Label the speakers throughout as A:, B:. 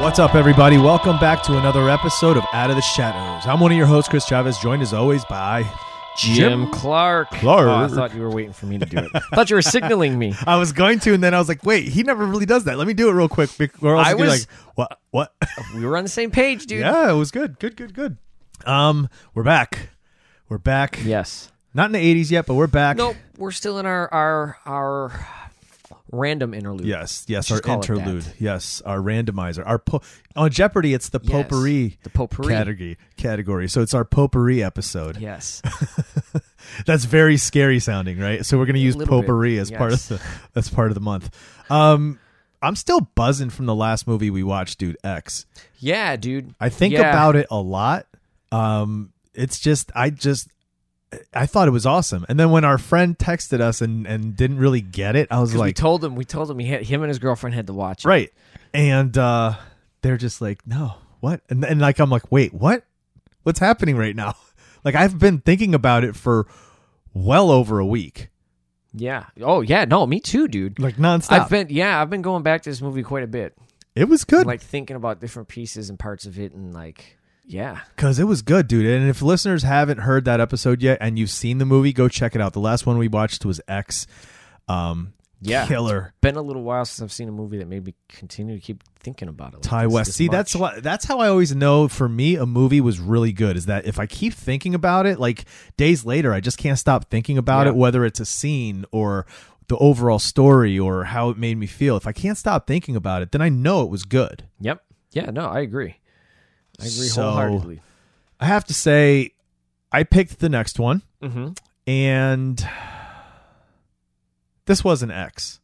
A: What's up, everybody? Welcome back to another episode of Out of the Shadows. I'm one of your hosts, Chris Chavez, joined as always by.
B: Jim Clark.
A: Clark.
B: Oh, I thought you were waiting for me to do it. I thought you were signaling me.
A: I was going to, and then I was like, wait, he never really does that. Let me do it real quick. Or else
B: I
A: I'd be
B: was-
A: like, what? What?
B: We were on the same page, dude.
A: yeah, it was good. Good, good, good. Um, We're back. We're back.
B: Yes.
A: Not in the 80s yet, but we're back.
B: Nope. We're still in our our our random interlude.
A: Yes, yes,
B: Just
A: our
B: call it that.
A: interlude. Yes, our randomizer. Our po- on Jeopardy, it's the
B: Yes.
A: potpourri,
B: The potpourri.
A: category. Category. So it's our potpourri episode.
B: Yes.
A: That's very scary sounding, right? So we're gonna use
B: little bit,
A: potpourri as part of
B: yes.
A: the as part of the month. Um, I'm still buzzing from the last movie we watched, dude. X.
B: Yeah, dude.
A: I think
B: Yeah.
A: about it a lot. Um, it's just I just I thought it was awesome, and then when our friend texted us and and didn't really get it, I was
B: 'Cause we
A: like,
B: told him. We told him. He had, him and his girlfriend had to watch. It.
A: right and uh they're just like no what and, and like i'm like wait what what's happening right now like i've been thinking about it for well over a week
B: Yeah. Oh yeah. No, me too, dude.
A: like nonstop
B: I've been yeah. I've been going back to this movie quite a bit.
A: it was good
B: Like thinking about different pieces and parts of it, and like yeah.
A: because it was good dude and if listeners haven't heard that episode yet and you've seen the movie go check it out the last one we watched was x um
B: Yeah.
A: killer
B: Been a little while since I've seen a movie that made me continue to keep thinking about it. like
A: Ty
B: this-
A: West.
B: this
A: See, that's
B: much.
A: why that's how I always know for me a movie was really good is that if I keep thinking about it, like days later, I just can't stop thinking about
B: Yeah.
A: it, whether it's a scene or the overall story or how it made me feel. If I can't stop thinking about it, then I know it was good.
B: Yep. Yeah, no, I agree. I agree
A: So-
B: wholeheartedly.
A: I have to say, I picked the next one,
B: Mm-hmm.
A: and this was an X.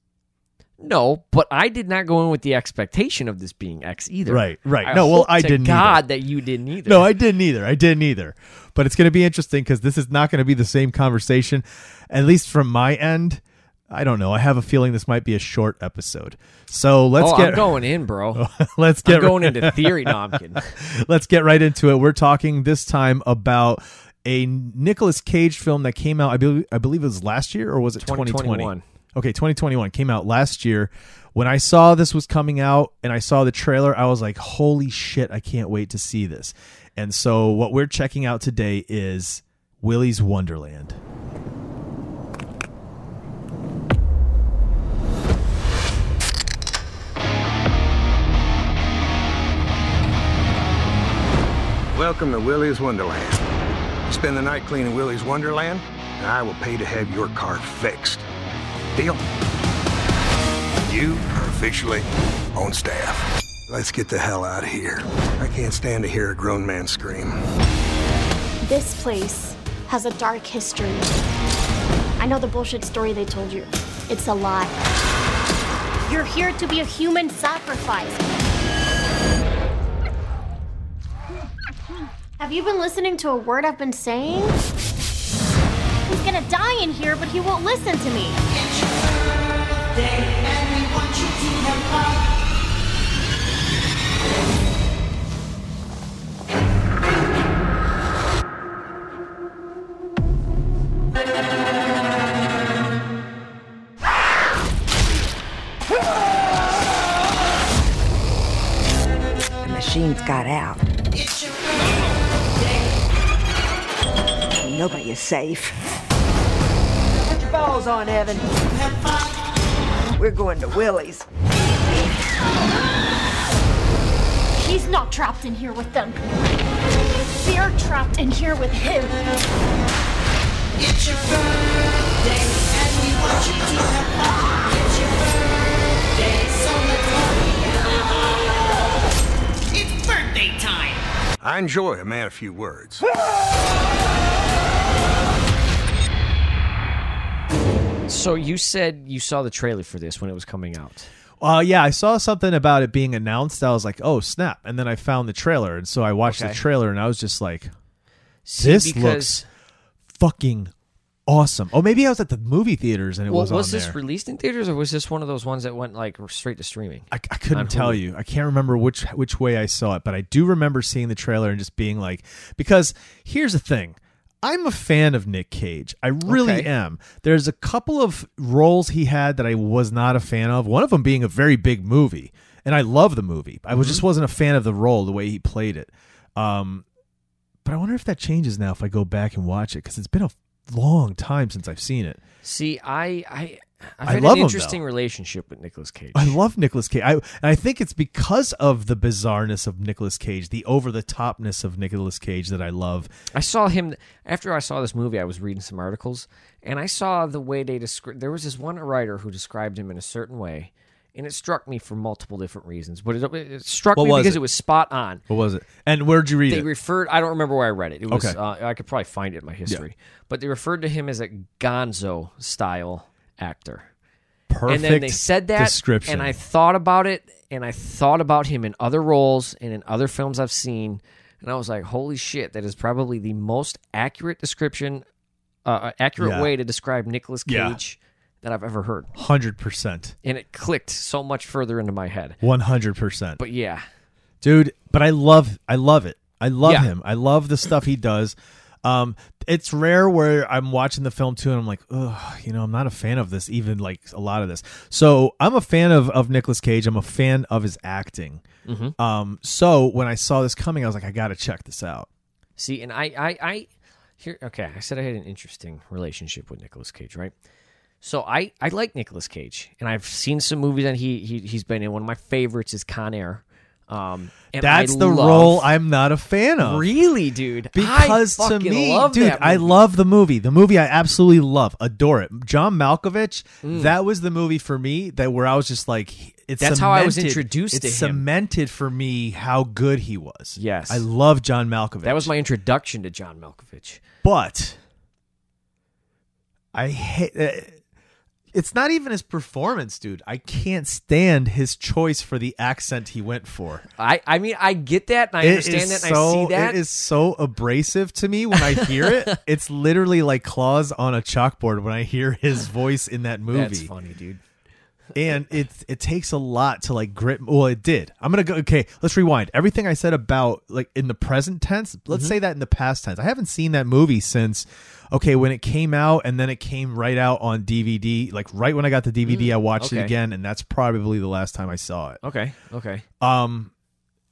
B: No, but I did not go in with the expectation of this being X either.
A: Right, right.
B: I
A: No, well,
B: hope
A: I
B: to
A: didn't either.
B: God that you didn't either.
A: No, I didn't either. I didn't either. But it's going to be interesting because this is not going to be the same conversation, at least from my end. I don't know. I have a feeling this might be a short episode. So let's
B: oh,
A: get
B: I'm going in, bro.
A: let's
B: I'm
A: get
B: going into theory. No, I'm kidding.
A: let's get right into it. We're talking this time about a Nicolas Cage film that came out. I believe I believe it was last year or was it 2020?
B: 2021.
A: Okay, 2021 came out last year. When I saw this was coming out and I saw the trailer, I was like, "Holy shit! I can't wait to see this." And so, what we're checking out today is Willy's Wonderland.
C: Welcome to Willy's Wonderland. Spend the night cleaning Willy's Wonderland, and I will pay to have your car fixed. Deal? You are officially on staff. Let's get the hell out of here. I can't stand to hear a grown man scream.
D: This place has a dark history. I know the bullshit story they told you. It's a lie. You're here to be a human sacrifice. Have you been listening to a word I've been saying? He's gonna die in here, but he won't listen to me.
E: The machine's got out. Nobody is safe. Put your balls on, Evan. We're going to Willie's.
D: He's not trapped in here with them. They're trapped in here with him.
F: It's birthday time.
C: I enjoy a man of few words.
B: So you said you saw the trailer for this when it was coming out.
A: Uh, yeah, I saw something about it being announced. I was like, oh, snap. And then I found the trailer. And so I watched
B: Okay.
A: the trailer and I was just like,
B: See,
A: This
B: because-
A: looks fucking awesome. Oh, maybe I was at the movie theaters and it
B: Well,
A: was,
B: was,
A: on
B: this
A: there.
B: released in theaters or was this one of those ones that went like straight to streaming?
A: I, I couldn't tell you. I can't remember which which way I saw it, but I do remember seeing the trailer and just being like, because here's the thing. I'm a fan of Nick Cage. I really
B: Okay.
A: am. There's a couple of roles he had that I was not a fan of. One of them being a very big movie, and I love the movie. I
B: Mm-hmm.
A: was just wasn't a fan of the role, the way he played it. Um, but I wonder if that changes now if I go back and watch it because it's been a long time since I've seen it.
B: See, I I I've
A: I
B: had
A: love
B: an
A: him,
B: interesting
A: though.
B: relationship with Nicolas Cage.
A: I love Nicolas Cage. I and I think it's because of the bizarreness of Nicolas Cage, the over the topness of Nicolas Cage that I love.
B: I saw him after I saw this movie. I was reading some articles, and I saw the way they described. There was this one writer who described him in a certain way, and it struck me for multiple different reasons. But it, it struck
A: What
B: me
A: was
B: because
A: it?
B: it? was spot on.
A: What was it? And where'd you read
B: They
A: it?
B: referred. I don't remember where I read it. It was.
A: Okay.
B: Uh, I could probably find it in my history. But they referred to him as a Gonzo style actor.
A: Perfect.
B: and then they said that
A: description.
B: and I thought about it and I thought about him in other roles and in other films I've seen and I was like holy shit that is probably the most accurate description uh, accurate
A: Yeah.
B: way to describe Nicolas
A: Yeah.
B: Cage that I've ever heard
A: hundred percent,
B: and it clicked so much further into my head
A: one hundred percent,
B: but yeah
A: dude. But I love, I love it. I love
B: Yeah.
A: him. I love the stuff he does. Um, it's rare where I'm watching the film too, and I'm like, oh, you know, I'm not a fan of this. Even like a lot of this. So I'm a fan of of Nicolas Cage. I'm a fan of his acting.
B: Mm-hmm.
A: Um, so when I saw this coming, I was like, I gotta check this out.
B: see and I I I here okay I said I had an interesting relationship with Nicolas Cage right so I I like Nicolas Cage and I've seen some movies that he, he he's been in one of my favorites is Con Air um, and I
A: That's the
B: love-
A: role I'm not a fan of.
B: Really, dude?
A: because
B: I
A: to
B: fucking
A: me,
B: love
A: dude,
B: that
A: I
B: movie.
A: love the movie. The movie I absolutely love, adore it. John Malkovich, that was the movie for me that where I was just like, he- it's
B: Mm. That's how I was
A: cemented-
B: introduced
A: It's
B: to him.
A: cemented for me how good he was.
B: Yes.
A: I love John Malkovich.
B: That was my introduction to John Malkovich.
A: but I hate. Uh, it's not even his performance, dude. I can't stand his choice for the accent he went for.
B: I, I mean, I get that, and I
A: It
B: understand
A: is
B: that, and I see that.
A: It is so abrasive to me when I hear it. it's literally like claws on a chalkboard when I hear his voice in that movie.
B: That's funny, dude.
A: And it it takes a lot to like grip. Well, it did. I'm gonna go. Okay, let's rewind. Everything I said about like in the present tense. Let's
B: Mm-hmm.
A: say that in the past tense. I haven't seen that movie since. Okay, when it came out, and then it came right out on DVD. Like right when I got the DVD, I watched it
B: Mm, okay.
A: again, and that's probably the last time I saw it.
B: Okay, okay.
A: Um,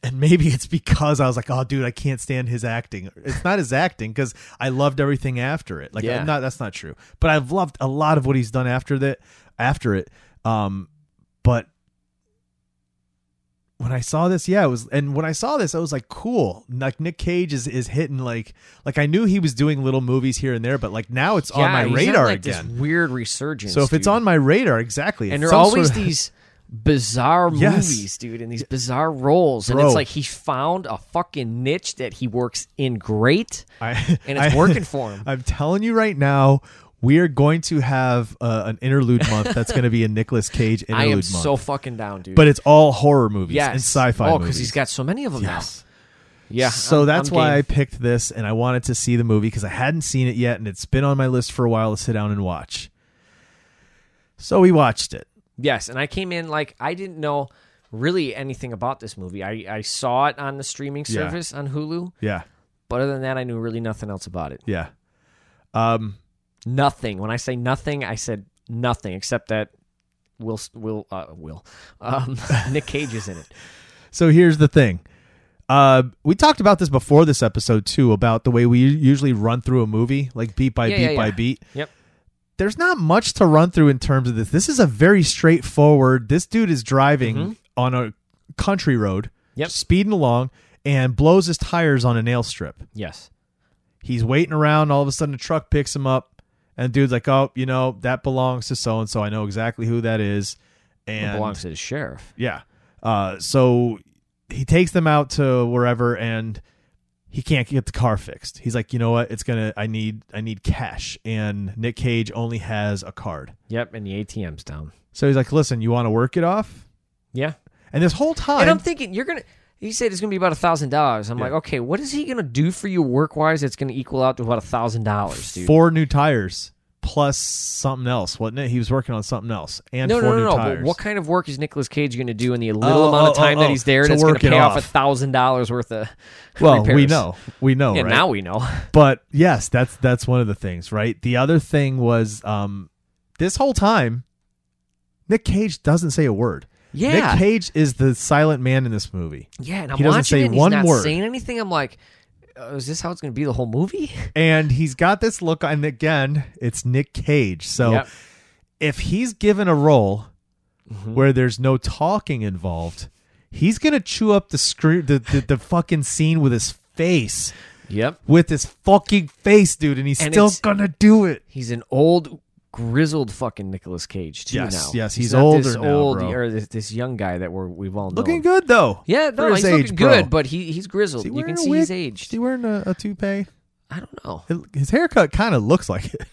A: and maybe it's because I was like, oh, dude, I can't stand his acting. It's not his acting because I loved everything after it. Like,
B: Yeah.
A: I'm not that's not true. But I've loved a lot of what he's done after that. After it, um, but when I saw this, yeah, it was. And when I saw this, I was like, cool. Like Nick Cage is is hitting like like I knew he was doing little movies here and there, but like now it's on
B: Yeah,
A: my
B: he's had,
A: radar
B: like, this
A: again.
B: weird resurgence.
A: So if it's
B: dude.
A: on my radar, exactly,
B: and
A: it's
B: there are
A: some sort
B: always
A: of-
B: these bizarre
A: Yes.
B: movies, dude, and these bizarre roles, and
A: Bro.
B: it's like he found a fucking niche that he works in great.
A: I,
B: And it's working for him.
A: I'm telling you right now, we are going to have uh, an interlude month that's going to be a Nicolas Cage interlude
B: I am
A: month.
B: so fucking down, dude.
A: but it's all horror movies
B: yes,
A: and sci-fi
B: Oh,
A: movies.
B: because he's got so many of them
A: yes.
B: now. Yeah.
A: So
B: I'm-
A: that's
B: I'm
A: why I
B: game.
A: picked this, and I wanted to see the movie because I hadn't seen it yet, and it's been on my list for a while to sit down and watch. So we watched it.
B: Yes, and I came in like I didn't know really anything about this movie. I, I saw it on the streaming
A: Yeah.
B: service on Hulu,
A: Yeah,
B: but other than that, I knew really nothing else about it.
A: yeah. Um,
B: Nothing. When I say nothing, I said nothing except that Will Will uh, Will um, Nick Cage is in it.
A: So here's the thing. Uh, we talked about this before this episode too about the way we u- usually run through a movie, like beat by
B: Yeah,
A: beat
B: yeah,
A: by
B: yeah.
A: beat.
B: Yep.
A: There's not much to run through in terms of this. This is a very straightforward. This dude is driving on a country road,
B: Mm-hmm. Yep.
A: speeding along, and blows his tires on a nail strip.
B: Yes.
A: He's waiting around. All of a sudden, a truck picks him up, and dude's like, "Oh, you know that belongs to so and so. I know exactly who that is."
B: It
A: And
B: belongs to the sheriff.
A: yeah. Uh, so he takes them out to wherever, and he can't get the car fixed. He's like, you know what? It's gonna. I need. I need cash. And Nick Cage only has a card.
B: Yep, and the ATM's down.
A: So he's like, listen, you want to work it off?
B: Yeah.
A: And this whole time,
B: And I'm thinking you're gonna. He said it's gonna be about a thousand dollars. I'm like, okay, what is he gonna do for you work wise? That's gonna equal out to about a thousand dollars, dude.
A: four new tires plus something else, wasn't it? He was working on something else and
B: no,
A: four
B: no,
A: new
B: no, no.
A: tires.
B: But what kind of work is Nicolas Cage gonna do in the little amount of
A: oh, oh,
B: time
A: oh,
B: that he's there?
A: to
B: That's gonna
A: work it
B: pay off a
A: off.
B: thousand dollars worth of.
A: well,
B: repairs.
A: we know, we know,
B: Yeah,
A: right?
B: now we know.
A: but yes, that's that's one of the things, right? The other thing was um, this whole time, Nick Cage doesn't say a word.
B: Yeah.
A: Nick Cage is the silent man in this movie,
B: Yeah, and I'm
A: He doesn't
B: watching
A: say
B: it and
A: one
B: he's not
A: word.
B: saying anything. I'm like, uh, is this how it's going to be the whole movie?
A: and he's got this look. And again, it's Nick Cage. So
B: Yep.
A: if he's given a role
B: Mm-hmm.
A: where there's no talking involved, he's gonna chew up the screw the, the the fucking scene with his face,
B: Yep.
A: with his fucking face, dude, and he's
B: And
A: still
B: it's-
A: gonna do it.
B: He's an old, grizzled fucking Nicolas Cage too
A: Yes,
B: now.
A: yes, he's
B: not
A: older
B: this
A: now,
B: old
A: bro.
B: or this, this young guy that we're we've all known.
A: Looking good though.
B: Yeah, no,
A: for
B: he's
A: his
B: looking
A: age, bro.
B: good, but he he's grizzled.
A: Is he
B: You
A: wearing a
B: can see he's
A: wig? Is
B: aged.
A: he wearing a, a toupee?
B: I don't know.
A: It- His haircut kind of looks like it.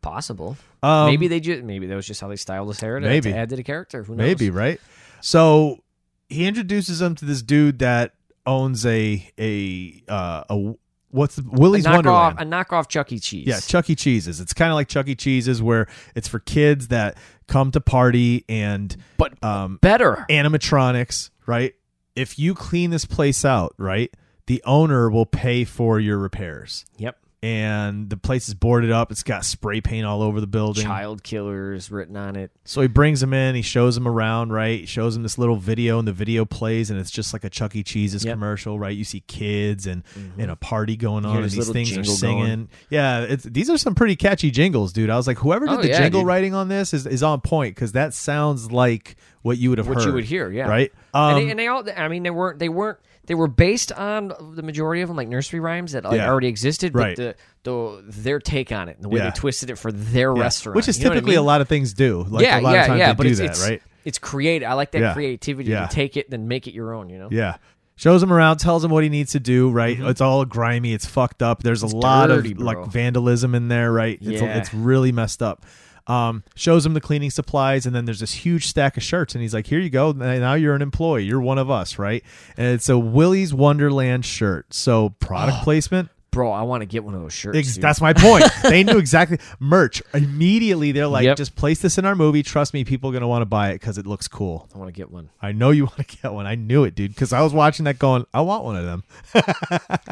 B: Possible.
A: Um,
B: maybe they just maybe that was just how they styled his hair to,
A: Maybe.
B: to add to the character. Who knows?
A: Maybe right. So he introduces him to this dude that owns a a uh, a what's the,
B: A
A: Willie's Wonderland.
B: knockoff, a knockoff Chuck E. Cheese.
A: Yeah, Chuck E. Cheese's. It's kind of like Chuck E. Cheese's, where it's for kids that come to party and
B: but
A: um,
B: better.
A: animatronics, right? If you clean this place out, right, the owner will pay for your repairs.
B: yep.
A: And the place is boarded up. It's got spray paint all over the building.
B: Child killers written on it.
A: So he brings him in. He shows him around, right? He shows him this little video, and the video plays, and it's just like a Chuck E. Cheese's
B: Yep. Mm-hmm.
A: commercial, right? You see kids and and a party going on,
B: hear
A: and
B: this
A: these
B: little
A: things are
B: jingle
A: singing.
B: going.
A: Yeah, it's, these are some pretty catchy jingles, dude. I was like, whoever did
B: Oh,
A: the
B: yeah,
A: jingle
B: dude.
A: writing on this is, is on point because that sounds like what you would have
B: What
A: heard,
B: you would hear, yeah.
A: right?
B: and,
A: Um,
B: they, and they all, I mean, they weren't, they weren't, they were based on the majority of them, like nursery rhymes that like,
A: Yeah.
B: already existed,
A: Right.
B: but the, the their take on it, and the way
A: Yeah.
B: they twisted it for their
A: yeah,
B: restaurant,
A: which is
B: you know what I
A: typically
B: mean?
A: a lot of things do. Like
B: yeah,
A: a lot
B: yeah,
A: of times
B: yeah.
A: they
B: but
A: do
B: it's,
A: that,
B: it's,
A: right?
B: It's creative. I like that
A: Yeah.
B: creativity
A: Yeah.
B: to take it and make it your own. You know,
A: Yeah. Shows him around, tells him what he needs to do, right? It's all grimy, it's fucked up. There's a lot
B: Mm-hmm. dirty,
A: of
B: bro.
A: like vandalism in there, right? It's,
B: Yeah.
A: it's really messed up. Um, shows him the cleaning supplies, and then there's this huge stack of shirts, and he's like, Here you go. N- Now you're an employee. You're one of us, right? And it's a Willie's Wonderland shirt. So product placement.
B: bro, I want to get one of those shirts.
A: Ex-
B: Oh, dude.
A: that's my point. they knew exactly merch. Immediately they're like,
B: Yep.
A: just place this in our movie. Trust me, people are gonna want to buy it because it looks cool.
B: I want to get one,
A: I know you want to get one. I knew it, dude, because I was watching that going, I want one of them.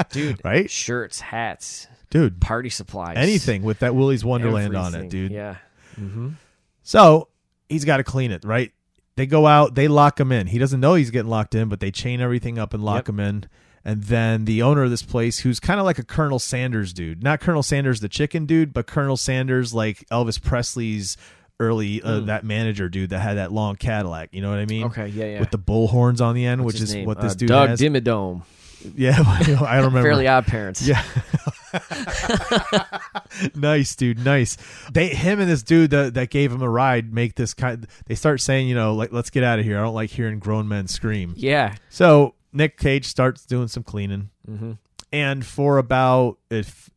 B: dude.
A: Right?
B: Shirts, hats,
A: Dude,
B: party supplies,
A: anything with that Willy's Wonderland on
B: everything.
A: it, dude.
B: Yeah,
A: So he's got to clean it, right? They go out, they lock him in. He doesn't know he's getting locked in, but they chain everything up and lock
B: Yep.
A: him in. And then the owner of this place, who's kind of like a Colonel Sanders dude, not Colonel Sanders the chicken dude, but Colonel Sanders like Elvis Presley's early uh, that manager dude that had that long Cadillac. You know what I mean?
B: Mm. Okay, yeah, yeah.
A: With the bullhorns on the end,
B: What's
A: which
B: his
A: is
B: name?
A: what
B: Uh,
A: this dude
B: Doug
A: has.
B: Dimmadome,
A: yeah, I don't remember.
B: Fairly Odd Parents.
A: Yeah. nice, dude. Nice. They, him, and this dude that, that gave him a ride make this kind. They start saying, you know, like, let's get out of here. I don't like hearing grown men scream.
B: yeah.
A: So Nick Cage starts doing some cleaning,
B: Mm-hmm.
A: and for about if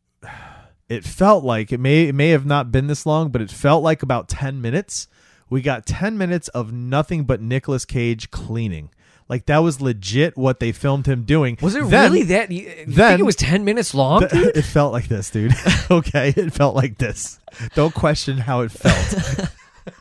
A: it felt like it may it may have not been this long, but it felt like about ten minutes. We got ten minutes of nothing but Nicolas Cage cleaning. Like that was legit what they filmed him doing.
B: Was it
A: Then-
B: really that? You, you
A: then-
B: think it was ten minutes long?
A: Th- It felt like this, dude. okay, it felt like this. Don't question how it felt.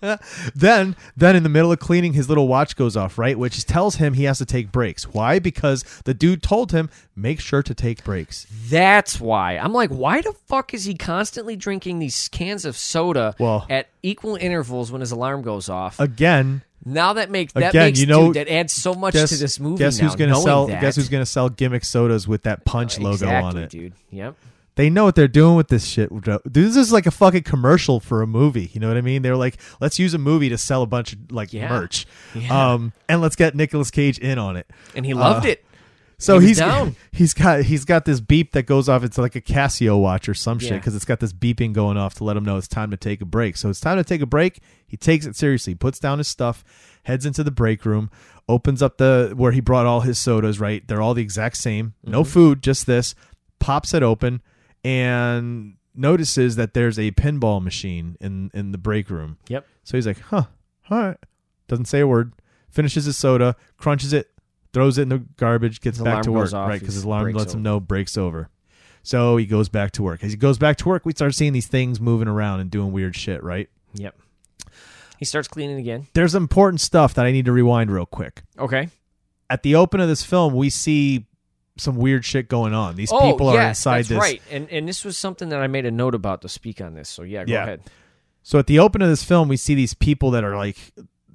A: then, then in the middle of cleaning, his little watch goes off, right? Which tells him he has to take breaks. Why? Because the dude told him make sure to take breaks.
B: That's why I'm like, why the fuck is he constantly drinking these cans of soda
A: Well-
B: at equal intervals when his alarm goes off?
A: Again,
B: now that makes that
A: again,
B: makes
A: you know,
B: dude, that adds so much
A: guess,
B: to this movie.
A: guess who's
B: now,
A: gonna
B: knowing
A: sell?
B: that.
A: Guess who's gonna sell gimmick sodas with that punch logo on
B: Exactly,
A: it?
B: dude? Yep.
A: They know what they're doing with this shit. Dude, this is like a fucking commercial for a movie. You know what I mean? They're like, let's use a movie to sell a bunch of like
B: Yeah.
A: merch,
B: Yeah.
A: um, and let's get Nicolas Cage in on it.
B: And he loved
A: Uh,
B: it.
A: So
B: He was
A: he's
B: down.
A: he's got he's got this beep that goes off. It's like a Casio watch or some shit
B: Yeah.
A: because it's got this beeping going off to let him know it's time to take a break. So it's time to take a break. He takes it seriously, puts down his stuff, heads into the break room, opens up the where he brought all his sodas, right? They're all the exact same. No
B: Mm-hmm.
A: food, just this. Pops it open and notices that there's a pinball machine in in the break room.
B: Yep.
A: So he's like, huh, all right. Doesn't say a word. Finishes his soda, crunches it, throws it in the garbage, gets
B: His
A: back to
B: alarm
A: work,
B: goes off,
A: right? Because his
B: his
A: alarm
B: break's
A: lets him
B: over.
A: know breaks over. So he goes back to work. As he goes back to work, we start seeing these things moving around and doing weird shit, right?
B: Yep. He starts cleaning again.
A: There's important stuff that I need to rewind real quick.
B: Okay.
A: At the open of this film, we see some weird shit going on. These people are inside
B: Oh, that's
A: this
B: right. And and this was something that I made a note about to speak on this. So yeah, go
A: Yeah.
B: ahead.
A: So at the open of this film, we see these people that are like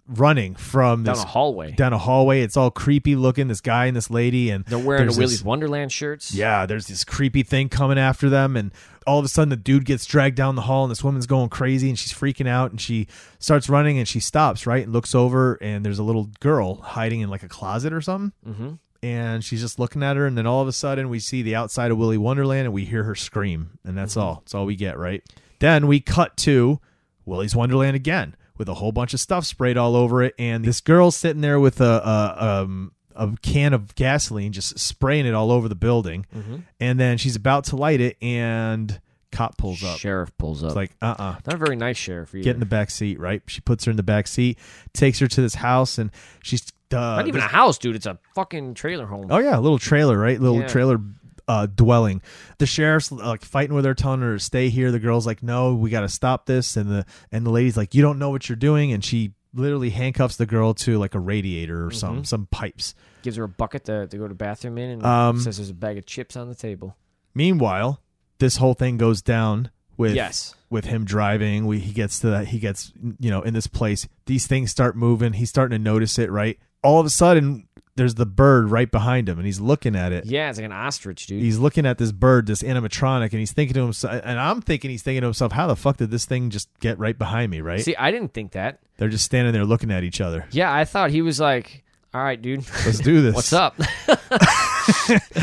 A: running from
B: Down
A: this
B: a hallway.
A: down a hallway. It's all creepy looking. This guy and this lady, and
B: They're wearing
A: there's
B: the Willy's
A: this-
B: Wonderland shirts.
A: Yeah, there's this creepy thing coming after them, and all of a sudden the dude gets dragged down the hall, and this woman's going crazy, and she's freaking out, and she starts running, and she stops right and looks over, and there's a little girl hiding in like a closet or something,
B: Mm-hmm.
A: and she's just looking at her, and then all of a sudden we see the outside of Willy Wonderland, and we hear her scream, and that's
B: Mm-hmm.
A: all. That's all we get, right? Then we cut to Willy's Wonderland again with a whole bunch of stuff sprayed all over it, and this girl's sitting there with a a, um, a can of gasoline just spraying it all over the building,
B: Mm-hmm.
A: and then she's about to light it, and cop pulls up.
B: Sheriff pulls up.
A: It's like, uh, uh
B: not a very nice sheriff. Either.
A: Get in the back seat, right? She puts her in the back seat, takes her to this house, and she's uh,
B: not even
A: this-
B: a house, dude. It's a fucking trailer home.
A: Oh yeah, a little trailer, right? Little
B: Yeah.
A: trailer uh, dwelling. The sheriff's like fighting with her, telling her to stay here. The girl's like, "No, we got to stop this." And the and the lady's like, "You don't know what you're doing," and she literally handcuffs the girl to like a radiator or
B: Mm-hmm.
A: some some pipes.
B: Gives her a bucket to, to go to bathroom in, and
A: Um,
B: says there's a bag of chips on the table.
A: Meanwhile, this whole thing goes down with
B: Yes.
A: with him driving. We he gets to that he gets you know in this place. These things start moving. He's starting to notice it, right? All of a sudden, there's the bird right behind him, and he's looking at it.
B: Yeah, it's like an ostrich, dude.
A: he's looking at this bird, this animatronic, and he's thinking to himself, and I'm thinking he's thinking to himself, how the fuck did this thing just get right behind me, right?
B: See, I didn't think that.
A: They're just standing there looking at each other.
B: Yeah, I thought he was like, "All right, dude,
A: Let's do this.
B: what's up?"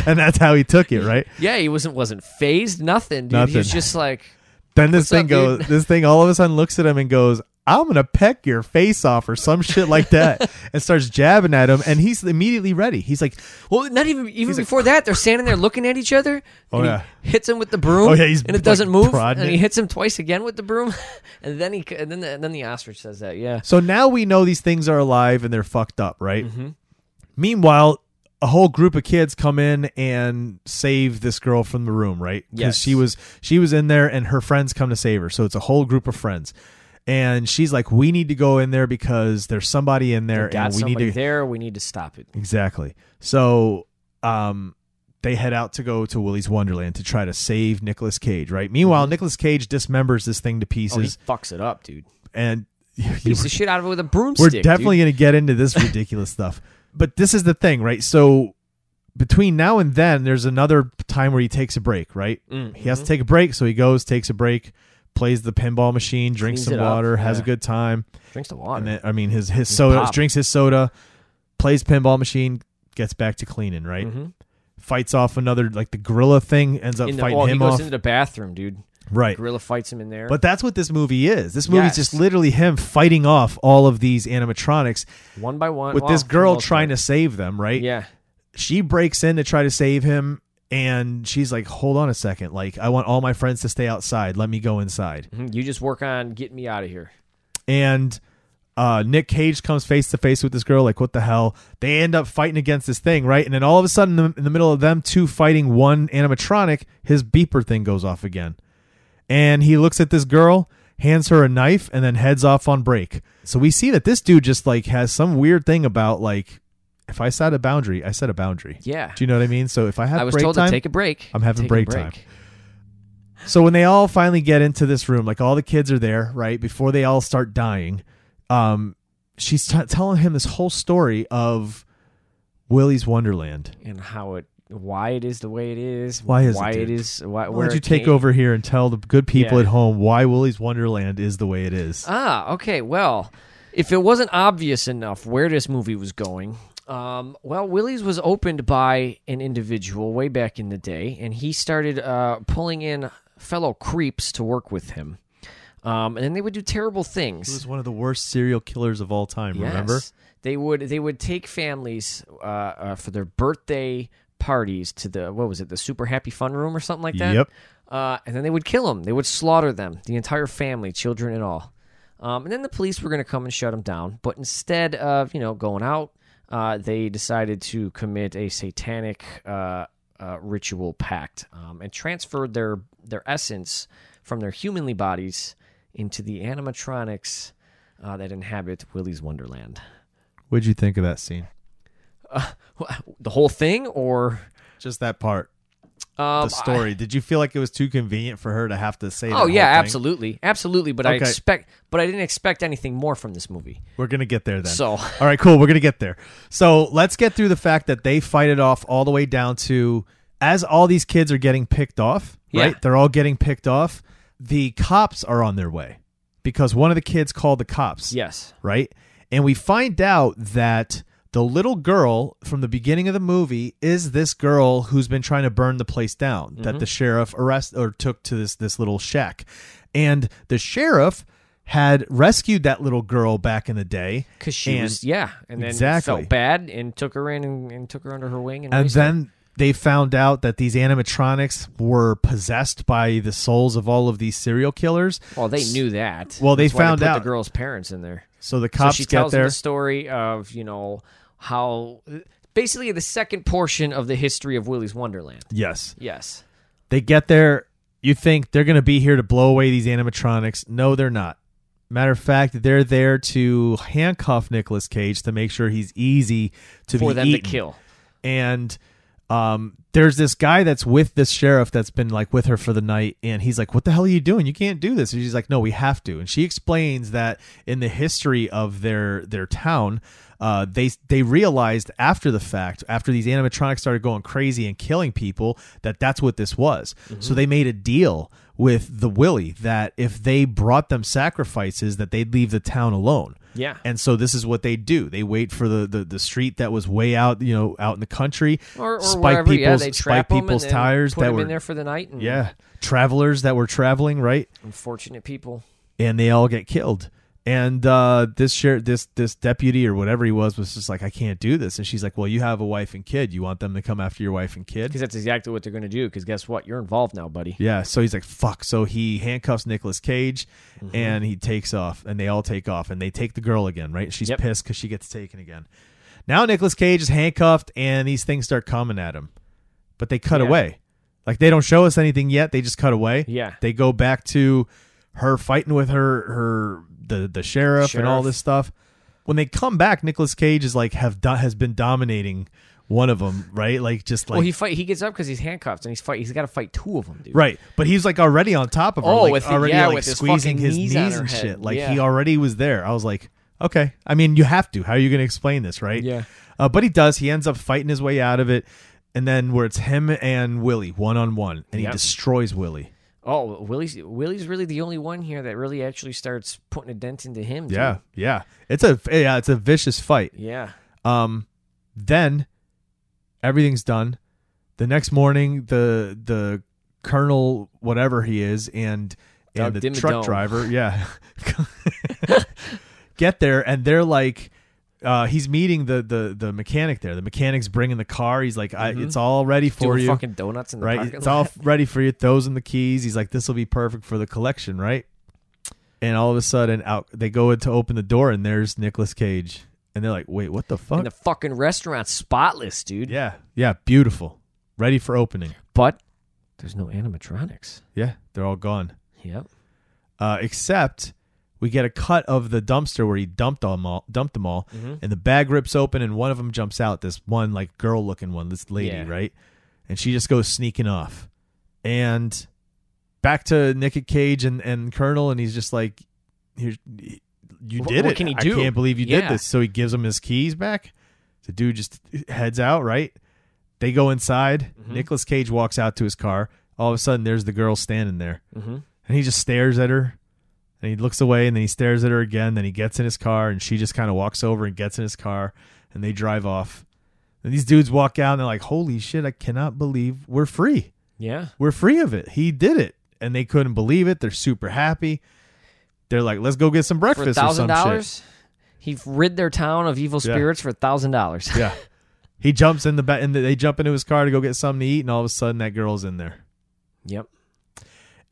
A: And that's how he took it, right?
B: yeah, he wasn't wasn't phased. Nothing, dude. He was
A: Nothing.
B: just like,
A: Then this
B: What's
A: thing
B: up,
A: goes,
B: dude?
A: this thing all of a sudden looks at him and goes, I'm going to peck your face off or some shit like that and starts jabbing at him. And he's immediately ready. He's like,
B: well, not even even
A: He's like-
B: before that, they're standing there looking at each other.
A: Oh,
B: and
A: yeah.
B: he hits him with the broom.
A: Oh, yeah, he's,
B: and it
A: like,
B: doesn't move.
A: prodding
B: And
A: it.
B: he hits him twice again with the broom, and then he c- and then the, and then the ostrich says that. Yeah,
A: So now we know these things are alive and they're fucked up, right?
B: Mm-hmm.
A: Meanwhile, a whole group of kids come in and save this girl from the room, right?
B: Yes.
A: she was she was in there and her friends come to save her. So it's a whole group of friends. And she's like, "We need to go in there because there's somebody in there,
B: we got
A: and we need
B: somebody
A: to
B: there. We need to stop it.
A: Exactly. So um they head out to go to Willy's Wonderland to try to save Nicolas Cage, right? Meanwhile, Nicolas Cage dismembers this thing to
B: Mm-hmm. Oh, he
A: pieces
B: fucks it up, dude.
A: and
B: Beats the shit out of it with a broomstick.
A: we're
B: dude.
A: definitely going to get into this ridiculous stuff. But this is the thing, right? So between now and then, there's another time where he takes a break, right?
B: Mm,
A: He has to take a break, so he goes, takes a break, plays the pinball machine, drinks
B: Cleans
A: some
B: it up,
A: water, has a
B: yeah.
A: good time,
B: drinks the water.
A: and then I mean his his soda,
B: pop.
A: drinks his soda, plays pinball machine, gets back to cleaning, right?
B: Mhm.
A: Fights off another like the gorilla thing, ends up
B: In the,
A: fighting
B: oh, he
A: him
B: goes
A: off,
B: into the bathroom, dude.
A: right?
B: Gorilla fights him in there.
A: But that's what this movie is. This movie's
B: Yes.
A: just literally him fighting off all of these animatronics
B: one by one,
A: with
B: well,
A: this
B: for the
A: girl
B: most
A: trying
B: part.
A: to save them, right?
B: Yeah,
A: She breaks in to try to save him and she's like, "Hold on a second. Like, I want all my friends to stay outside. Let me go inside."
B: Mhm. you just work on getting me out of here.
A: And uh, Nick Cage comes face to face with this girl, like, what the hell? They end up fighting against this thing, right? And then all of a sudden, in the, in the middle of them two fighting one animatronic, his beeper thing goes off again. And he looks at this girl, hands her a knife, and then heads off on break. So we see that this dude just like has some weird thing about like, if I set a boundary, I set a boundary.
B: Yeah.
A: Do you know what I mean? So if I have
B: I was
A: break
B: told
A: time,
B: to take a break.
A: I'm having
B: Take a
A: break time. so when they all finally get into this room, like all the kids are there, right? Before they all start dying, um, she's t- telling him this whole story of Willy's Wonderland.
B: And how it, why it is the way it is.
A: Why is it,
B: why
A: dude?
B: it is?
A: Why
B: Why, where
A: don't you
B: it
A: take
B: came-
A: over here and tell the good people
B: Yeah.
A: at home why Willy's Wonderland is the way it is?
B: Ah, okay. Well, if it wasn't obvious enough where this movie was going, um, well, Willie's was opened by an individual way back in the day, and he started uh, pulling in fellow creeps to work with him. Um, and then they would do terrible things.
A: He was one of the worst serial killers of all time. Remember?
B: Yes. They would they would take families uh, uh, for their birthday parties to the what was it the super happy fun room or something like that.
A: Yep.
B: Uh, and then they would kill them. They would slaughter them, the entire family, children and all. Um, and then the police were going to come and shut them down. But instead of you know going out, uh, they decided to commit a satanic uh, uh, ritual pact um, and transferred their their essence from their humanly bodies into the animatronics uh, that inhabit Willy's Wonderland.
A: What'd you think of that scene?
B: The whole thing, or
A: Just that part, the
B: um,
A: story. Did you feel like it was too convenient for her to have to say?
B: oh
A: that
B: yeah,
A: whole thing?
B: absolutely, absolutely. But I
A: Okay.
B: expect, but I didn't expect anything more from this movie.
A: We're gonna get there then.
B: So-
A: all right, cool. We're gonna get there. So let's get through the fact that they fight it off all the way down to as all these kids are getting picked off.
B: Yeah.
A: Right, they're all getting picked off. The cops are on their way because one of the kids called the cops.
B: Yes,
A: Right, and we find out that the little girl from the beginning of the movie is this girl who's been trying to burn the place down
B: Mm-hmm.
A: that the sheriff arrest or took to this this little shack, and the sheriff. Had rescued that little girl back in the day,
B: because she
A: And-
B: was yeah, and then
A: Exactly.
B: felt bad and took her in and, and took her under her wing, and,
A: and
B: raised her.
A: then they found out that these animatronics were possessed by the souls of all of these serial killers.
B: well, they knew that.
A: Well, they
B: That's why
A: found
B: put
A: out.
B: the girl's parents in there.
A: So the cops
B: so she
A: get
B: tells
A: there.
B: the story of you know how basically the second portion of the history of Willy's Wonderland.
A: yes,
B: Yes,
A: they get there. You think they're going to be here to blow away these animatronics? No, they're not. Matter of fact, they're there to handcuff Nicolas Cage to make sure he's easy to
B: for
A: be
B: them to
A: eaten.
B: kill.
A: and um, there's this guy that's with this sheriff that's been like with her for the night, and he's like, "What the hell are you doing? You can't do this." And she's like, "No, we have to." And she explains that in the history of their their town, uh, they they realized after the fact, after these animatronics started going crazy and killing people, that that's what this was. So they made a deal with the Willie that if they brought them sacrifices, that they'd leave the town alone.
B: Yeah.
A: And so this is what they do. They wait for the, the, the street that was way out, you know, out in the country.
B: Or, or
A: spike
B: whatever.
A: people's
B: yeah, they
A: spike
B: trap 'em
A: people's
B: and then
A: tires
B: put
A: that
B: 'em
A: were
B: in there for the night. And
A: yeah travelers that were traveling right,
B: unfortunate people.
A: and they all get killed. And uh, this share this this deputy or whatever he was was just like, I can't do this. And she's like, Well, you have a wife and kid. You want them to come after your wife and kid?
B: Because that's exactly what they're going to do. Because guess what? You're involved now, buddy.
A: Yeah, so he's like, "Fuck!" So he handcuffs Nicolas Cage,
B: Mm-hmm.
A: and he takes off, and they all take off, and they take the girl again, right? She's
B: Yep.
A: pissed because she gets taken again. Now Nicolas Cage is handcuffed, and these things start coming at him, but they cut
B: Yeah.
A: away. Like they don't show us anything yet; they just cut away.
B: Yeah.
A: they go back to her fighting with her her the the sheriff, and all
B: Sheriff.
A: this stuff. When they come back, Nicolas Cage is like have do- has been dominating one of them, right? Like just like
B: well, he fight. He gets up because he's handcuffed and he's fight. He's got to fight two of them, dude.
A: Right, but he's like already on top of her,
B: Oh,
A: like
B: with the-
A: already
B: yeah,
A: like
B: with his
A: squeezing
B: fucking
A: his knees,
B: knees on her
A: and
B: head.
A: shit. Like
B: Yeah.
A: he already was there. I was like, okay. I mean, you have to. How are you going to explain this, right?
B: Yeah.
A: Uh, but he does. He ends up fighting his way out of it, and then where it's him and Willie one on one, and he
B: Yep.
A: destroys Willie.
B: Oh, Willie's Willie's really the only one here that really actually starts putting a dent into him. dude.
A: Yeah, yeah. It's a yeah, it's a vicious fight.
B: Yeah.
A: Um, then everything's done. The next morning, the the colonel, whatever he is, and and
B: Doug
A: the
B: Dimmadome.
A: truck driver, yeah, get there, and they're like. Uh, he's meeting the, the the mechanic there. The mechanic's bringing the car. He's like, I, "It's all ready for
B: Mm-hmm. Doing
A: you,
B: fucking donuts in the
A: right?
B: parking
A: It's all
B: lot.
A: ready for you." Throws him the keys. He's like, "This will be perfect for the collection, right?" And all of a sudden, out they go in to open the door, and there's Nicolas Cage. And they're like, "Wait, what the fuck?"
B: And the fucking restaurant spotless, dude.
A: Yeah, yeah, beautiful. Ready for opening.
B: But there's no animatronics.
A: Yeah, they're all gone.
B: Yep.
A: Uh, except we get a cut of the dumpster where he dumped them all, dumped them all,
B: Mm-hmm.
A: and the bag rips open, and one of them jumps out. This one, like girl looking one, this lady,
B: Yeah.
A: right? And she just goes sneaking off. And back to Nick at Cage and and Colonel, and he's just like, "Here, you
B: Wh-
A: did
B: what
A: it.
B: can he
A: I
B: do?"
A: can't believe you did
B: Yeah.
A: this." So he gives him his keys back. The dude just heads out, right? They go inside.
B: Mm-hmm.
A: Nicholas Cage walks out to his car. All of a sudden, there's the girl standing there,
B: Mhm.
A: and he just stares at her. And he looks away, and then he stares at her again. Then he gets in his car, and she just kind of walks over and gets in his car, and they drive off. And these dudes walk out, and they're like, "Holy shit! I cannot believe we're free.
B: Yeah.
A: We're free of it. He did it." And they couldn't believe it. They're super happy. They're like, let's go get some
B: for a
A: breakfast or
B: thousand
A: some shit.
B: dollars. He rid their town of evil
A: Yeah.
B: spirits for a thousand dollars.
A: Yeah. He jumps in the bed and they jump into his car to go get something to eat, and all of a sudden that girl's in there.
B: Yep.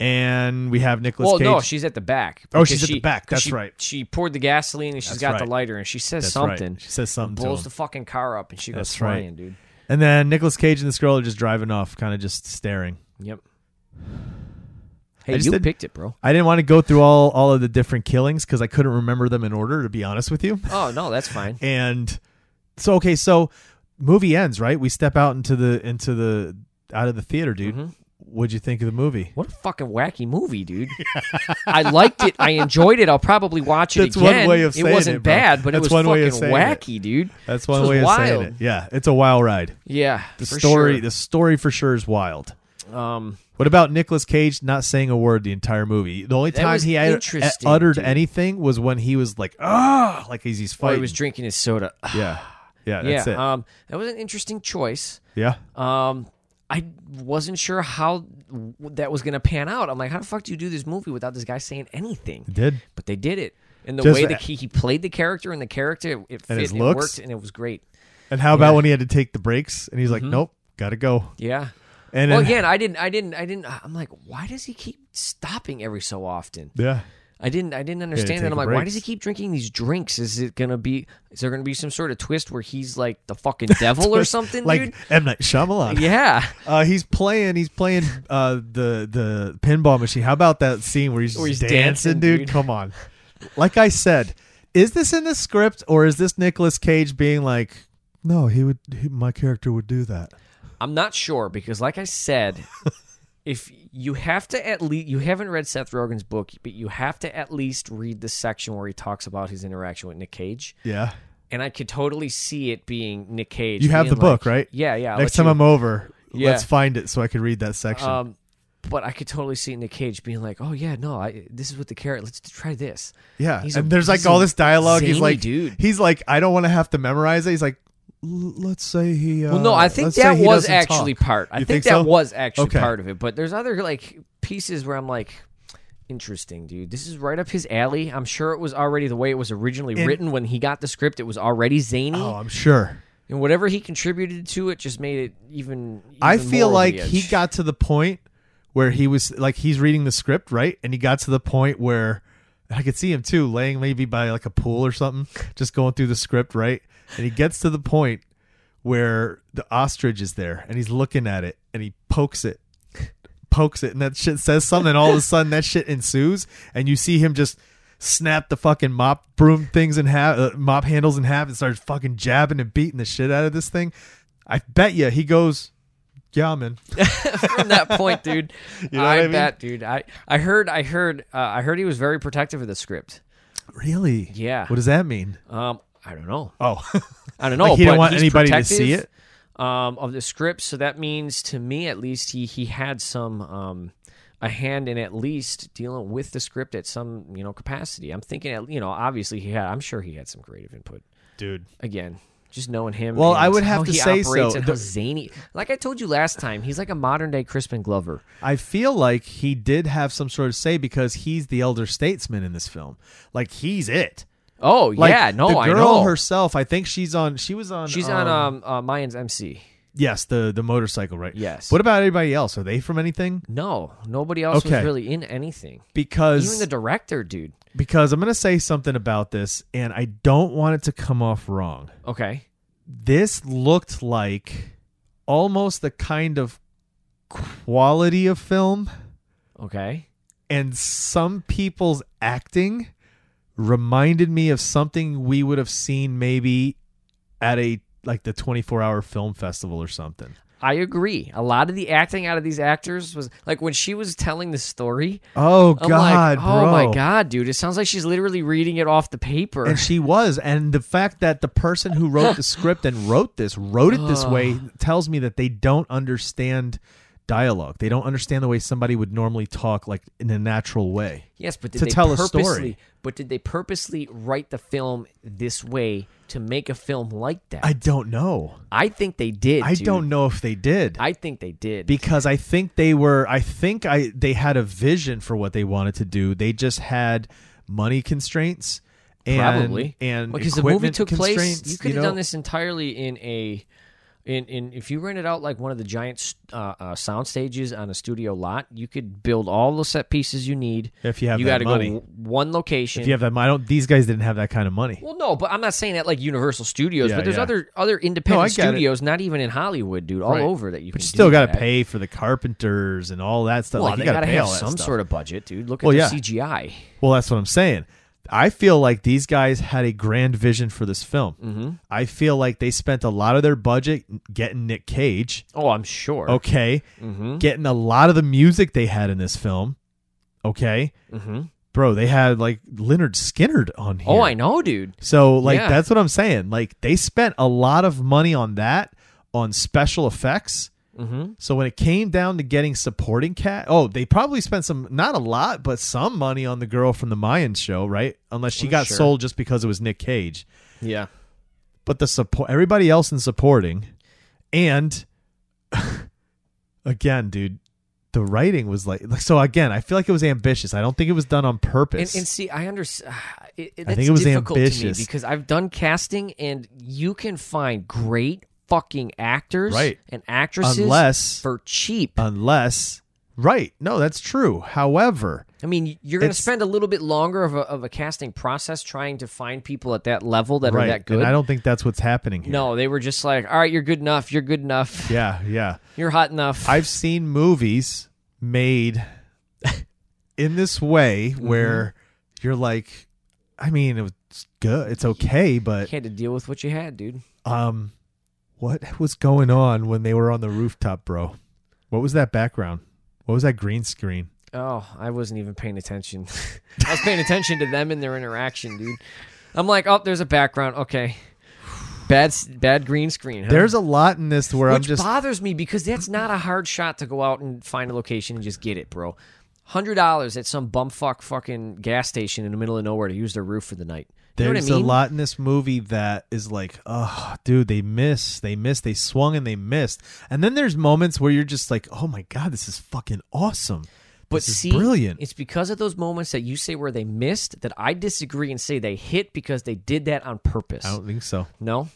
A: And we have Nicholas
B: well,
A: Cage.
B: no, she's at the back.
A: Oh,
B: because
A: she's at the
B: she-
A: back. That's
B: she-
A: right.
B: She poured the gasoline and she's
A: That's
B: got the
A: right.
B: lighter and she says
A: That's right.
B: something.
A: She says something to
B: Blows
A: him.
B: the fucking car up and she goes
A: That's right.
B: flying, dude.
A: and then Nicholas Cage and this girl are just driving off, kind of just staring.
B: Yep. Hey,
A: just
B: you
A: did-
B: picked it, bro.
A: I didn't want to go through all all of the different killings because I couldn't remember them in order, to be honest with you.
B: Oh no, that's fine.
A: And so okay, so movie ends, right? We step out into the into the out of the theater, dude. What'd you think of the movie?
B: Mm-hmm. What a fucking wacky movie, dude. I liked it. I enjoyed it. I'll probably watch it
A: That's one
B: again.
A: way of saying
B: it wasn't
A: it, bro.
B: bad, but
A: That's
B: it was
A: one way of
B: fucking
A: saying it.
B: wacky, dude.
A: That's
B: This
A: one
B: was
A: way of
B: wild.
A: saying it. Yeah, it's a wild ride.
B: Yeah.
A: The
B: for
A: story,
B: sure.
A: the story for sure is wild.
B: um
A: What about Nicolas Cage not saying a word the entire movie? The only
B: That
A: time
B: was
A: he had-
B: interesting,
A: uttered
B: dude.
A: anything was when he was like, "Ah," like he's, he's
B: well,
A: fighting.
B: oh, he was drinking his soda.
A: yeah, yeah,
B: yeah.
A: that's it.
B: Um that was an interesting choice.
A: yeah,
B: Um, I wasn't sure how w- that was going to pan out. I'm like, how the fuck do you do this movie without this guy saying anything?
A: it did.
B: But they did it. And the
A: Just
B: way
A: that-
B: that he, he played the character and the character, it fit,
A: And his
B: it
A: looks?
B: worked, and it was great.
A: And how about when he had to take the breaks and he's like, "Nope, gotta go."
B: Yeah.
A: And
B: Mm-hmm. well,
A: then-
B: again, I didn't, I didn't, I didn't. I'm like, why does he keep stopping every so often?
A: yeah,
B: I didn't, I didn't understand that.
A: take
B: I'm
A: a
B: like, why
A: break.
B: does he keep drinking these drinks? Is it gonna be? Is there gonna be some sort of twist where he's like the fucking devil or something,
A: like
B: dude?
A: M Night Shyamalan.
B: Yeah.
A: Uh, he's playing. He's playing uh, the the pinball machine. How about that scene where he's,
B: Where he's
A: dancing,
B: dancing,
A: dude?
B: dude.
A: Come on. Like I said, is this in the script or is this Nicolas Cage being like, no, he would, he, my character would do that.
B: I'm not sure because, like I said, if you have to at least you haven't read Seth Rogen's book, but you have to at least read the section where he talks about his interaction with Nick Cage,
A: Yeah.
B: and I could totally see it being Nick Cage.
A: You have
B: being
A: the book,
B: like-
A: right?
B: Yeah, yeah. I'll
A: Next
B: let
A: time I'm over,
B: Yeah.
A: let's find it so I can read that section.
B: you- um, but I could totally see Nick Cage being like, "Oh yeah, no, I, this is what the carrot. Let's try this."
A: yeah.
B: he's
A: And
B: a-
A: there's
B: he's
A: like
B: a
A: all this dialogue.
B: zany
A: He's like,
B: dude.
A: he's like, I don't want to have to memorize it. He's like, "L- let's say he. Uh,
B: Well, no, I think
A: let's say
B: that
A: he
B: was
A: doesn't talk."
B: actually part. I
A: You
B: think,
A: so?
B: that was actually
A: Okay.
B: part of it. But there's other like pieces where I'm like, interesting, dude. This is right up his alley. I'm sure it was already the way it was originally
A: And-
B: written when he got the script. It was already zany,
A: Oh, I'm sure.
B: and whatever he contributed to it just made it even.
A: I
B: even
A: feel
B: more over
A: like
B: the
A: he
B: edge.
A: got to the point where he was like he's reading the script, right? And he got to the point where I could see him too, laying maybe by like a pool or something, just going through the script, right? And he gets to the point where the ostrich is there and he's looking at it and he pokes it. Pokes it and that shit says something, and all of a sudden that shit ensues, and you see him just snap the fucking mop broom things in half, uh, mop handles in half, and starts fucking jabbing and beating the shit out of this thing. I bet you he goes, yeah, man.
B: from that point, dude.
A: know
B: I,
A: what I mean?
B: bet, dude. I I heard, I heard, uh, I heard he was very protective of the script.
A: Really?
B: Yeah.
A: What does that mean?
B: Um, I don't know.
A: Oh,
B: I don't know.
A: Like, he
B: but
A: didn't want
B: he's
A: anybody to see
B: protective, um, of the script. So that means to me, at least, he he had some um, a hand in at least dealing with the script at some you know capacity. I'm thinking, at, you know, obviously he had. I'm sure he had some creative input.
A: dude.
B: Again. Just knowing him.
A: Well,
B: and
A: I would have
B: how
A: to
B: he
A: say
B: operates
A: so.
B: And how
A: The-
B: zany, like I told you last time, he's like a modern day Crispin Glover.
A: I feel like he did have some sort of say because he's the elder statesman in this film. Like he's it.
B: Oh
A: Like,
B: yeah, no,
A: the girl
B: I know.
A: herself. I think she's on. She was on.
B: She's on um, uh, Mayans MC.
A: yes, the the motorcycle, right?
B: Yes.
A: What about anybody else? Are they from anything?
B: No, nobody else was
A: Okay.
B: really in anything.
A: Because
B: Even the director, dude.
A: because I'm gonna say something about this, and I don't want it to come off wrong.
B: Okay.
A: this looked like almost the kind of quality of film
B: Okay.
A: and some people's acting reminded me of something we would have seen maybe at a like the 24 hour film festival or something.
B: I agree. A lot of the acting out of these actors was like when she was telling the story.
A: Oh
B: I'm
A: god,
B: like,
A: bro.
B: oh my god, dude! It sounds like she's literally reading it off the paper.
A: And she was and the fact that the person who wrote the script and wrote this wrote it this way tells me that they don't understand dialogue. They don't understand the way somebody would normally talk like in a natural way.
B: yes, but did
A: to
B: they
A: tell a
B: purposely,
A: story.
B: But did they purposely write the film this way to make a film like that?
A: I don't know.
B: I think they did.
A: I
B: dude.
A: don't know if they did
B: I think they did.
A: because I think they were. I think I they had a vision for what they wanted to do. They just had money constraints and
B: Probably.
A: and
B: because the movie
A: equipment
B: took place,
A: constraints,
B: you could have
A: know?
B: done this entirely in a. In, in, if you rented out like one of the giant uh, uh, sound stages on a studio lot, you could build all the set pieces you need.
A: If you have
B: you
A: that
B: gotta
A: money.
B: go w- one location.
A: If you have that, I don't. These guys didn't have that kind of money.
B: Well, no, but I'm not saying that like Universal Studios,
A: Yeah,
B: but there's
A: yeah.
B: other other independent
A: get it.
B: studios, not even in Hollywood, dude, all
A: Right.
B: over that you.
A: But
B: can
A: you still
B: got to
A: pay for the carpenters and all that stuff.
B: Well,
A: like,
B: they
A: you gotta,
B: gotta
A: pay
B: have
A: all that
B: some
A: stuff.
B: sort of budget, dude. Look at
A: Well,
B: their
A: yeah.
B: CGI.
A: Well, that's what I'm saying. I feel like these guys had a grand vision for this film.
B: Mm-hmm.
A: I feel like they spent a lot of their budget getting Nick Cage.
B: Oh, I'm sure.
A: Okay.
B: Mm-hmm.
A: Getting a lot of the music they had in this film. Okay.
B: hmm
A: Bro, they had like Leonard Skinner on here.
B: Oh, I know, dude.
A: So, like,
B: Yeah.
A: that's what I'm saying. Like, they spent a lot of money on that, on special effects.
B: hmm
A: So when it came down to getting supporting cat, oh, they probably spent some not a lot, but some money on the girl from the Mayan show, right? Unless she
B: Oh,
A: got
B: sure.
A: sold just because it was Nick Cage.
B: Yeah.
A: But the support everybody else in supporting and again, dude, the writing was like like- so again, I feel like it was ambitious. I don't think it was done on
B: And,
A: purpose.
B: and see, I understand. It, it,
A: I
B: that's
A: think it was
B: difficult
A: ambitious.
B: to me because I've done casting, and you can find great fucking actors
A: Right.
B: and actresses
A: Unless- uh,
B: for cheap.
A: Unless right. No, that's true. However,
B: I mean, you're going to
A: It's-
B: spend a little bit longer of a, of a casting process trying to find people at that level that
A: right.
B: are that good.
A: And I don't think that's what's happening here.
B: no, they were just like, all right, you're good enough. You're good enough.
A: Yeah, yeah.
B: You're hot enough.
A: I've seen movies made in this way where
B: Mm-hmm.
A: you're like, I mean, it was good, it's okay,
B: You
A: but
B: had to deal with what you had, dude.
A: um, what was going on when they were on the rooftop, bro? What was that background? What was that green screen?
B: Oh, I wasn't even paying attention. I was paying attention to them and their interaction, dude. I'm like, oh, there's a background. Okay, bad, s- bad green screen. Huh?
A: There's a lot in this where
B: which
A: I'm just
B: bothers me because that's not a hard shot to go out and find a location and just get it, bro. Hundred dollars at some bumfuck fucking gas station in the middle of nowhere to use their roof for the night. You know what I
A: there's
B: mean?
A: a lot in this movie that is like, oh, dude, they missed, they missed, they swung and they missed, and then there's moments where you're just like, oh my god, this is fucking awesome.
B: But
A: this
B: see,
A: is brilliant.
B: It's because of those moments that you say where they missed that I disagree and say they hit because they did that on purpose.
A: I don't think so.
B: No,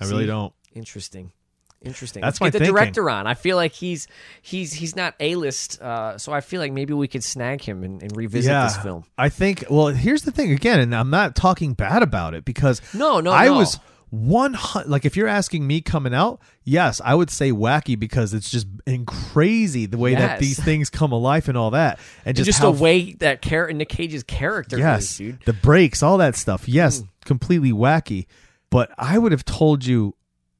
A: I really
B: See?
A: don't.
B: Interesting. Interesting.
A: That's
B: Let's
A: my
B: get the
A: thinking.
B: director on. I feel like he's he's he's not a list, uh, so I feel like maybe we could snag him and, and revisit this film.
A: I think. Well, here's the thing again, and I'm not talking bad about it because
B: No, no,
A: I
B: no.
A: was one hundred. Like, if you're asking me coming out, yes, I would say wacky because it's just and crazy the way that
B: Yes.
A: these things come alive and all that, and
B: Just,
A: just, how
B: the way that char- Nick Cage's character
A: yes,
B: is, dude. Hmm.
A: the breaks, all that stuff. Yes, completely wacky. But I would have told you,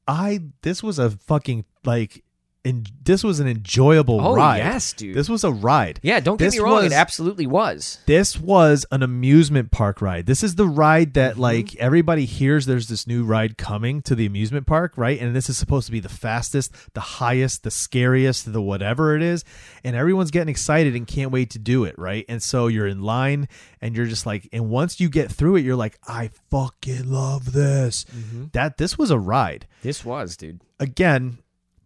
A: I this was a fucking like. And this was an enjoyable
B: Oh,
A: ride.
B: yes, dude.
A: This was a ride.
B: Yeah, don't get
A: This
B: me wrong,
A: was-
B: it absolutely was.
A: this was an amusement park ride. This is the ride that like everybody hears there's this new ride coming to the amusement park, right? And this is supposed to be the fastest, the highest, the scariest, the whatever it is, and everyone's getting excited and can't wait to do it, right? And so you're in line and you're just like and once you get through it, you're like I fucking love this. That this was a ride
B: This was, dude.
A: again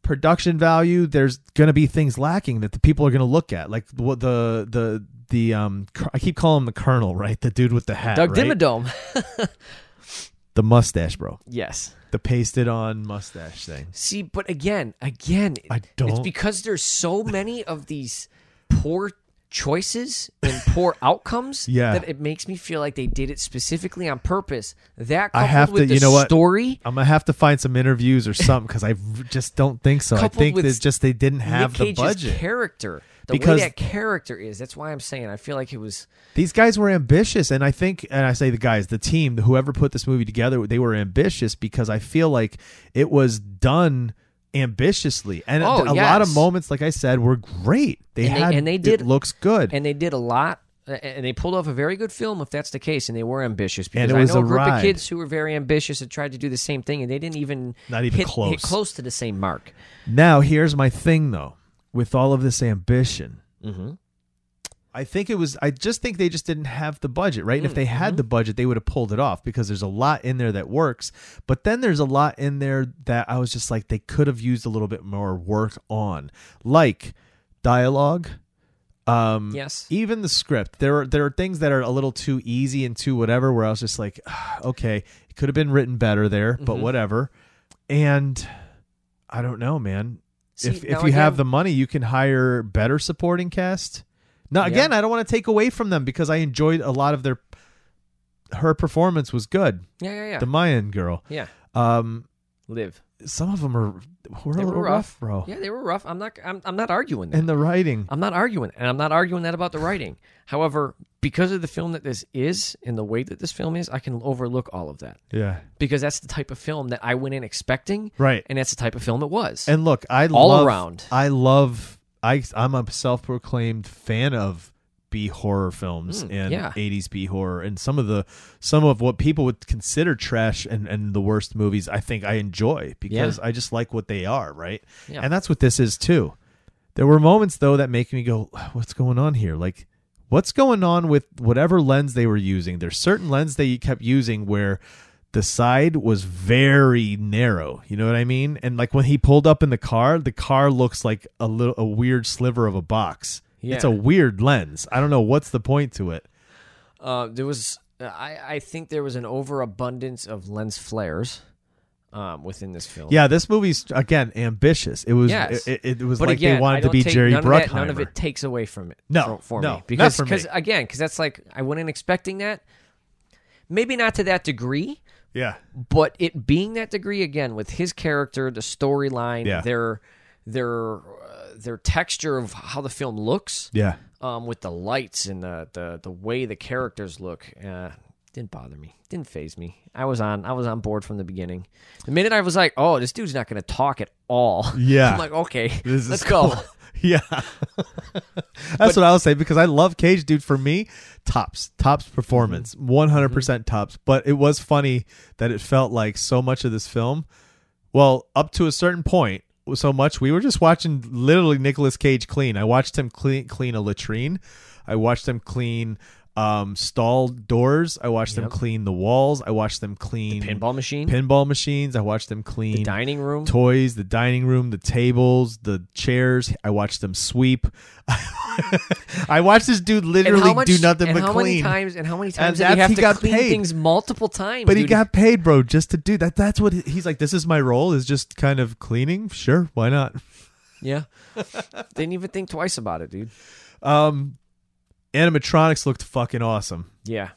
A: production value there's going to be things lacking that the people are going to look at like what the the the um cr- i keep calling him the colonel right the dude with the hat
B: Doug
A: right?
B: Dimmadome.
A: the mustache bro
B: yes.
A: the pasted on mustache thing
B: See, but again, again,
A: I
B: It's
A: don't-
B: because there's so many of these poor choices and poor outcomes.
A: Yeah.
B: that it makes me feel like they did it specifically on purpose. That
A: I
B: coupled
A: have
B: with
A: to-
B: the
A: you know what?
B: story.
A: i'm going to have to find some interviews or something cuz i r- just don't think so i
B: Coupled
A: think
B: with
A: that just they didn't have
B: Nick
A: the
B: Cage's
A: budget
B: character, the
A: Because-
B: way that character is. That's why I'm saying I feel like it was.
A: these guys were ambitious and i think and i say the guys the team whoever put this movie together they were ambitious because i feel like it was done ambitiously and a,
B: Oh,
A: a lot of
B: yes.
A: moments like i said were great they
B: And they-
A: had
B: and they did-
A: it looks good
B: and they did a lot a- and they pulled off a very good film if that's the case and they were ambitious because
A: And it was
B: i know a
A: a
B: group of
A: ride.
B: kids who were very ambitious and tried to do the same thing and they didn't even
A: Not even
B: hit, hit
A: close.
B: close to the same mark
A: now here's my thing though with all of this ambition
B: Mhm.
A: i think it was i just think they just didn't have the budget right and if they had the budget they would have pulled it off because there's a lot in there that works but then there's a lot in there that i was just like they could have used a little bit more work on like dialogue Um,
B: Yes.
A: Even the script, there are there are things that are a little too easy and too whatever. Where I was just like, "Ah, okay, it could have been written better there,
B: Mm-hmm.
A: but whatever. And I don't know, man.
B: See,
A: if if you
B: now
A: have
B: again-
A: the money, you can hire better supporting cast. Now again, I don't want to take away from them because I enjoyed a lot of their. Her performance was good.
B: Yeah, yeah, yeah.
A: The Mayan girl.
B: yeah.
A: Um,
B: Live.
A: some of them are were a
B: They
A: little
B: were
A: rough,
B: rough.
A: bro.
B: Yeah, Uh, they were rough. I'm not I'm, I'm not arguing that.
A: And the writing.
B: I'm not arguing, and I'm not arguing that about the writing. However, because of the film that this is and the way that this film is, I can overlook all of that
A: Yeah.
B: because that's the type of film that I went in expecting,
A: Right.
B: And that's the type of film it was.
A: And look, I
B: All
A: love,
B: around.
A: I love. I I'm a self-proclaimed fan of B horror films and
B: Hmm, yeah.
A: 80s B horror and some of the some of what people would consider trash and and the worst movies. I think I enjoy because I just like what they are, right?
B: Yeah.
A: And that's what this is too. There were moments though that make me go, "What's going on here?" Like. What's going on with whatever lens they were using? There's certain lens they kept using where the side was very narrow. You know what I mean? And like when he pulled up in the car, the car looks like a little a weird sliver of a box. It's
B: Yeah.
A: a weird lens. I don't know what's the point to it.
B: Uh, there was, I, I think there was an overabundance of lens flares um, within this film.
A: Yeah, this movie's again ambitious. It was
B: Yes.
A: it, it, it was
B: but
A: like
B: again,
A: they
B: I
A: wanted to
B: don't
A: be
B: take,
A: Jerry
B: none
A: Bruckheimer.
B: Of that, none of it takes away from it.
A: No,
B: for, for
A: no,
B: me.
A: not
B: because
A: for me.
B: cause, again, because that's like I went in expecting that. Maybe not to that degree,
A: yeah.
B: but it being that degree again with his character, the storyline,
A: Yeah.
B: their their uh, their texture of how the film looks,
A: Yeah.
B: um, with the lights and the the, the way the characters look. Uh, didn't bother me. Didn't phase me. I was on. I was on board from the beginning. The minute I was like, "Oh, this dude's not going to talk at all."
A: Yeah.
B: I'm like, "Okay,
A: This is
B: let's go."
A: cool. Yeah. That's what I'll say because I love Cage, dude. For me, tops, tops performance,
B: Mm-hmm.
A: 100% percent tops. But it was funny that it felt like so much of this film, well, up to a certain point, was so much we were just watching literally Nicolas Cage clean. I watched him clean, clean a latrine. I watched him clean um stall doors. I watched them clean the walls. I watched them clean
B: Pinball machine,
A: pinball machines. I watched them clean
B: the dining room.
A: toys, the dining room, the tables, the chairs. I watched them sweep. I watched this dude
B: and
A: literally
B: how much,
A: do nothing
B: and
A: but
B: how
A: clean.
B: many times? And how many
A: And
B: times did
A: that's-
B: he have
A: he
B: to
A: got
B: clean
A: paid.
B: things multiple times?
A: but he
B: dude?
A: got paid, bro, just to do that. That's what he's like. This is my role is just kind of cleaning. Sure, why not?
B: yeah. Didn't even think twice about it, dude.
A: Um, animatronics looked fucking awesome.
B: Yeah,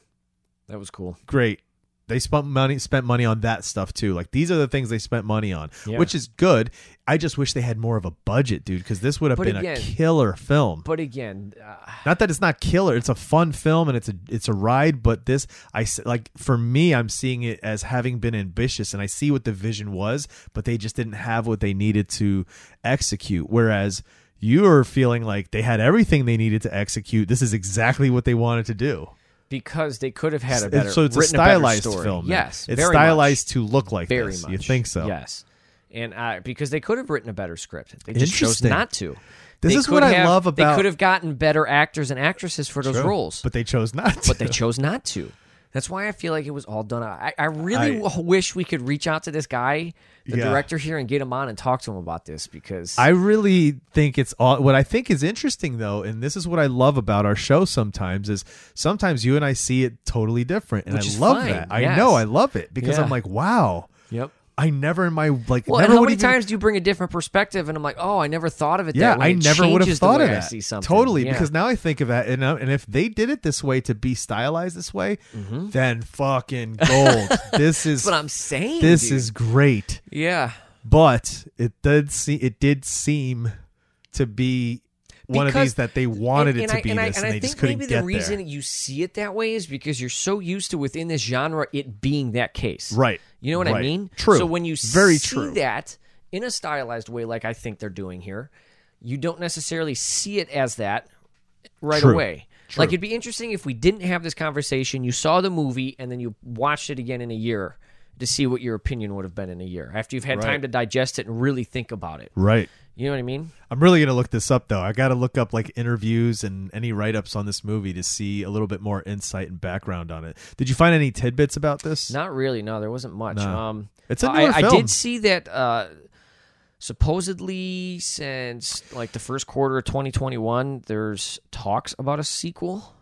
B: that was cool.
A: great. They spent money spent money on that stuff too. Like these are the things they spent money on,
B: Yeah.
A: which is good. I just wish they had more of a budget, dude, because this would have
B: But
A: been a
B: again-
A: killer film.
B: But again, uh,
A: Not that it's not killer; it's a fun film and it's a it's a ride. But this, I s- like for me, I'm seeing it as having been ambitious, and I see what the vision was, but they just didn't have what they needed to execute. Whereas you're feeling like they had everything they needed to execute. This is exactly what they wanted to do.
B: because they could have had a
A: It's-
B: better,
A: so it's a
B: written better
A: stylized
B: story.
A: film. then.
B: Yes,
A: it's
B: very much.
A: stylized to look like
B: very
A: this.
B: much.
A: You think so?
B: Yes, and uh, because they could have written a better script, they just chose
A: Interesting.
B: not to.
A: This
B: They
A: is what
B: could
A: I
B: have-
A: love
B: They
A: about-
B: could have gotten better actors and actresses for those
A: True.
B: roles,
A: but they chose not to.
B: but they chose not to. That's why I feel like it was all done. I, I really
A: I-
B: w- wish we could reach out to this guy, the
A: Yeah.
B: director here, and get him on and talk to him about this because
A: I really think it's all. What I think is interesting, though, and this is what I love about our show. Sometimes is sometimes you and I see it totally different, and
B: Which
A: I
B: is
A: love
B: fine,
A: that. I
B: yes.
A: know I love it because
B: Yeah.
A: I'm like, wow,
B: yep.
A: I never in my like.
B: Well,
A: never
B: and how
A: would
B: many
A: even-
B: times do you bring a different perspective? And I'm like, oh, I never thought of it.
A: Yeah,
B: that way.
A: I
B: It
A: never would have
B: changes the
A: thought
B: way
A: of
B: I
A: that.
B: see something.
A: Totally,
B: Yeah.
A: because now I think of that, and uh, and if they did it this way to be stylized this way, then fucking gold. this is
B: Mm-hmm. that's what I'm saying.
A: this
B: dude.
A: is great.
B: yeah.
A: but it did see it did seem to be one of
B: Because-
A: these that they wanted
B: and-
A: it
B: and
A: to
B: I-
A: be
B: and I,
A: this,
B: and
A: and,
B: I
A: they
B: think
A: just couldn't
B: maybe
A: get
B: the reason
A: there.
B: you see it that way is because you're so used to within this genre it being that case,
A: Right.
B: You know what I
A: Right.
B: mean?
A: True.
B: So when you
A: Very
B: see
A: true.
B: that in a stylized way, like I think they're doing here, you don't necessarily see it as that right
A: True.
B: away. Like it'd be interesting if we didn't have this conversation. You saw the movie and then you watched it again in a year to see what your opinion would have been in a year after you've had time to digest it and really think about it.
A: Right.
B: You know what I mean?
A: I'm really gonna look this up though. I gotta look up like interviews and any write ups on this movie to see a little bit more insight and background on it. Did you find any tidbits about this?
B: Not really. No, there wasn't much. Um,
A: It's a
B: I-
A: newer
B: I,
A: film.
B: did see that uh, supposedly since like the first quarter of 2021 there's talks about a sequel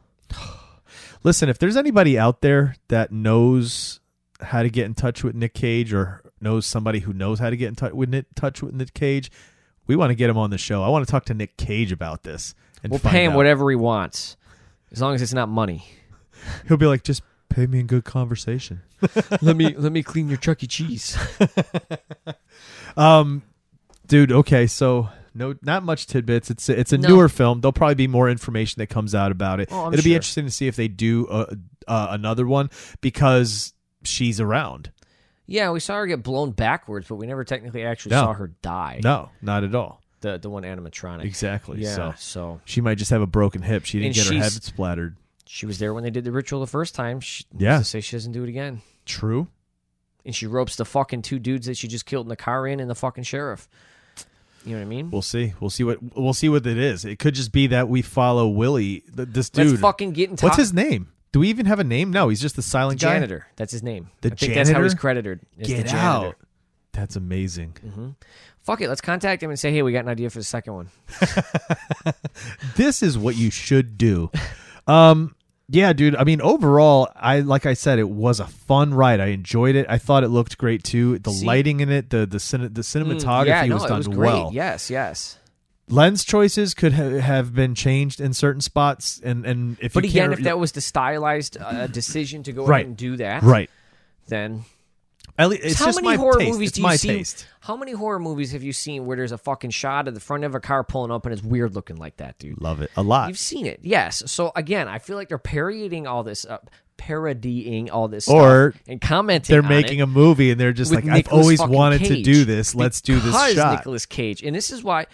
A: Listen, if there's anybody out there that knows how to get in touch with Nick Cage or knows somebody who knows how to get in touch with Nick, touch with Nick Cage, we want to get him on the show. I want to talk to Nick Cage about this. And
B: we'll
A: find
B: pay him
A: out.
B: whatever he wants as long as it's not money
A: He'll be like, just pay me in good conversation.
B: let me let me clean your chuck e cheese
A: Dude, okay, so no, not much tidbits. It's a, it's a
B: No.
A: newer film. There'll probably be more information that comes out about it.
B: Oh, I'm
A: It'll be
B: sure.
A: interesting to see if they do uh, uh, another one because she's around.
B: yeah we saw her get blown backwards but we never technically actually
A: No.
B: saw her die
A: No, not at all.
B: the the one animatronic
A: Exactly.
B: yeah
A: So
B: so
A: she might just have a broken hip. She didn't
B: And
A: get her head
B: she's-
A: splattered.
B: she was there when they did the ritual the first time she who's
A: Yeah.
B: to say she doesn't do it again
A: True.
B: and she ropes the fucking two dudes that she just killed in the car in and the fucking sheriff. You know what I mean?
A: We'll see. We'll see what we'll see what it is. It could just be that we follow Willie. th- This dude.
B: Let's fucking get in touch.
A: What's his name? Do we even have a name? No, he's just the
B: The
A: silent guy.
B: janitor. That's his name.
A: The
B: I think that's how he's
A: janitor?
B: credited. is the
A: Get
B: janitor. Mm-hmm.
A: out. That's amazing.
B: Fuck it. Let's contact him and say, hey, we got an idea for the second one.
A: This is what you should do. Um, yeah, dude. I mean, overall, I like I said, it was a fun ride. I enjoyed it. I thought it looked great too. The
B: See? Mm,
A: lighting in it, the the, cine, the cinematography
B: yeah, no,
A: was
B: it
A: done
B: was great.
A: well.
B: Yes, yes.
A: Lens choices could ha- have been changed in certain spots, and and if
B: But
A: you
B: again,
A: can't-
B: if that was the stylized uh, decision to go
A: Right.
B: ahead and do that,
A: right.
B: then
A: At least, it's
B: how
A: just my
B: many horror
A: taste.
B: movies
A: it's
B: do you
A: my
B: see?
A: taste.
B: How many horror movies have you seen where there's a fucking shot of the front of a car pulling up and it's weird looking like that, dude?
A: Love it a lot.
B: You've seen it, yes. So again, I feel like they're parodying all this up, parodying all this,
A: Or
B: stuff and commenting.
A: they're
B: on
A: making
B: it
A: a movie and they're just
B: with
A: like, I've
B: Nicolas
A: always
B: fucking
A: wanted to
B: Cage
A: do this. Let's do this
B: because
A: shot.
B: Nicolas Cage, and this is why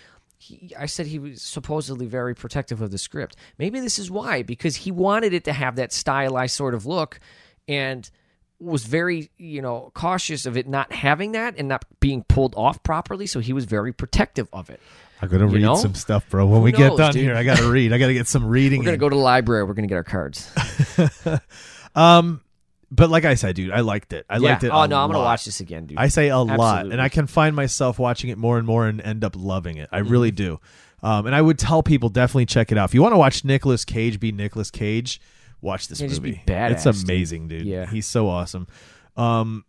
B: he, I said he was supposedly very protective of the script. Maybe this is why because he wanted it to have that stylized sort of look, and was very you know cautious of it not having that and not being pulled off properly. So he was very protective of it.
A: I'm gonna read
B: know?
A: some stuff, bro. When we get
B: knows,
A: done
B: dude?
A: here, I gotta read. I gotta get some reading.
B: We're gonna
A: in.
B: go to the library. We're gonna get our cards.
A: Um, but like I said, dude, I liked it. I liked it.
B: Oh
A: a
B: no, I'm gonna
A: lot.
B: watch this again, dude.
A: I say a lot,
B: Absolutely.
A: and I can find myself watching it more and more and end up loving it. I
B: Mm-hmm.
A: really do. Um, and I would tell people definitely check it out. If you want to watch Nicolas Cage be Nicolas Cage, watch this
B: Yeah, just be
A: movie. it's
B: badass, dude.
A: amazing, dude.
B: Yeah.
A: he's so awesome. Um,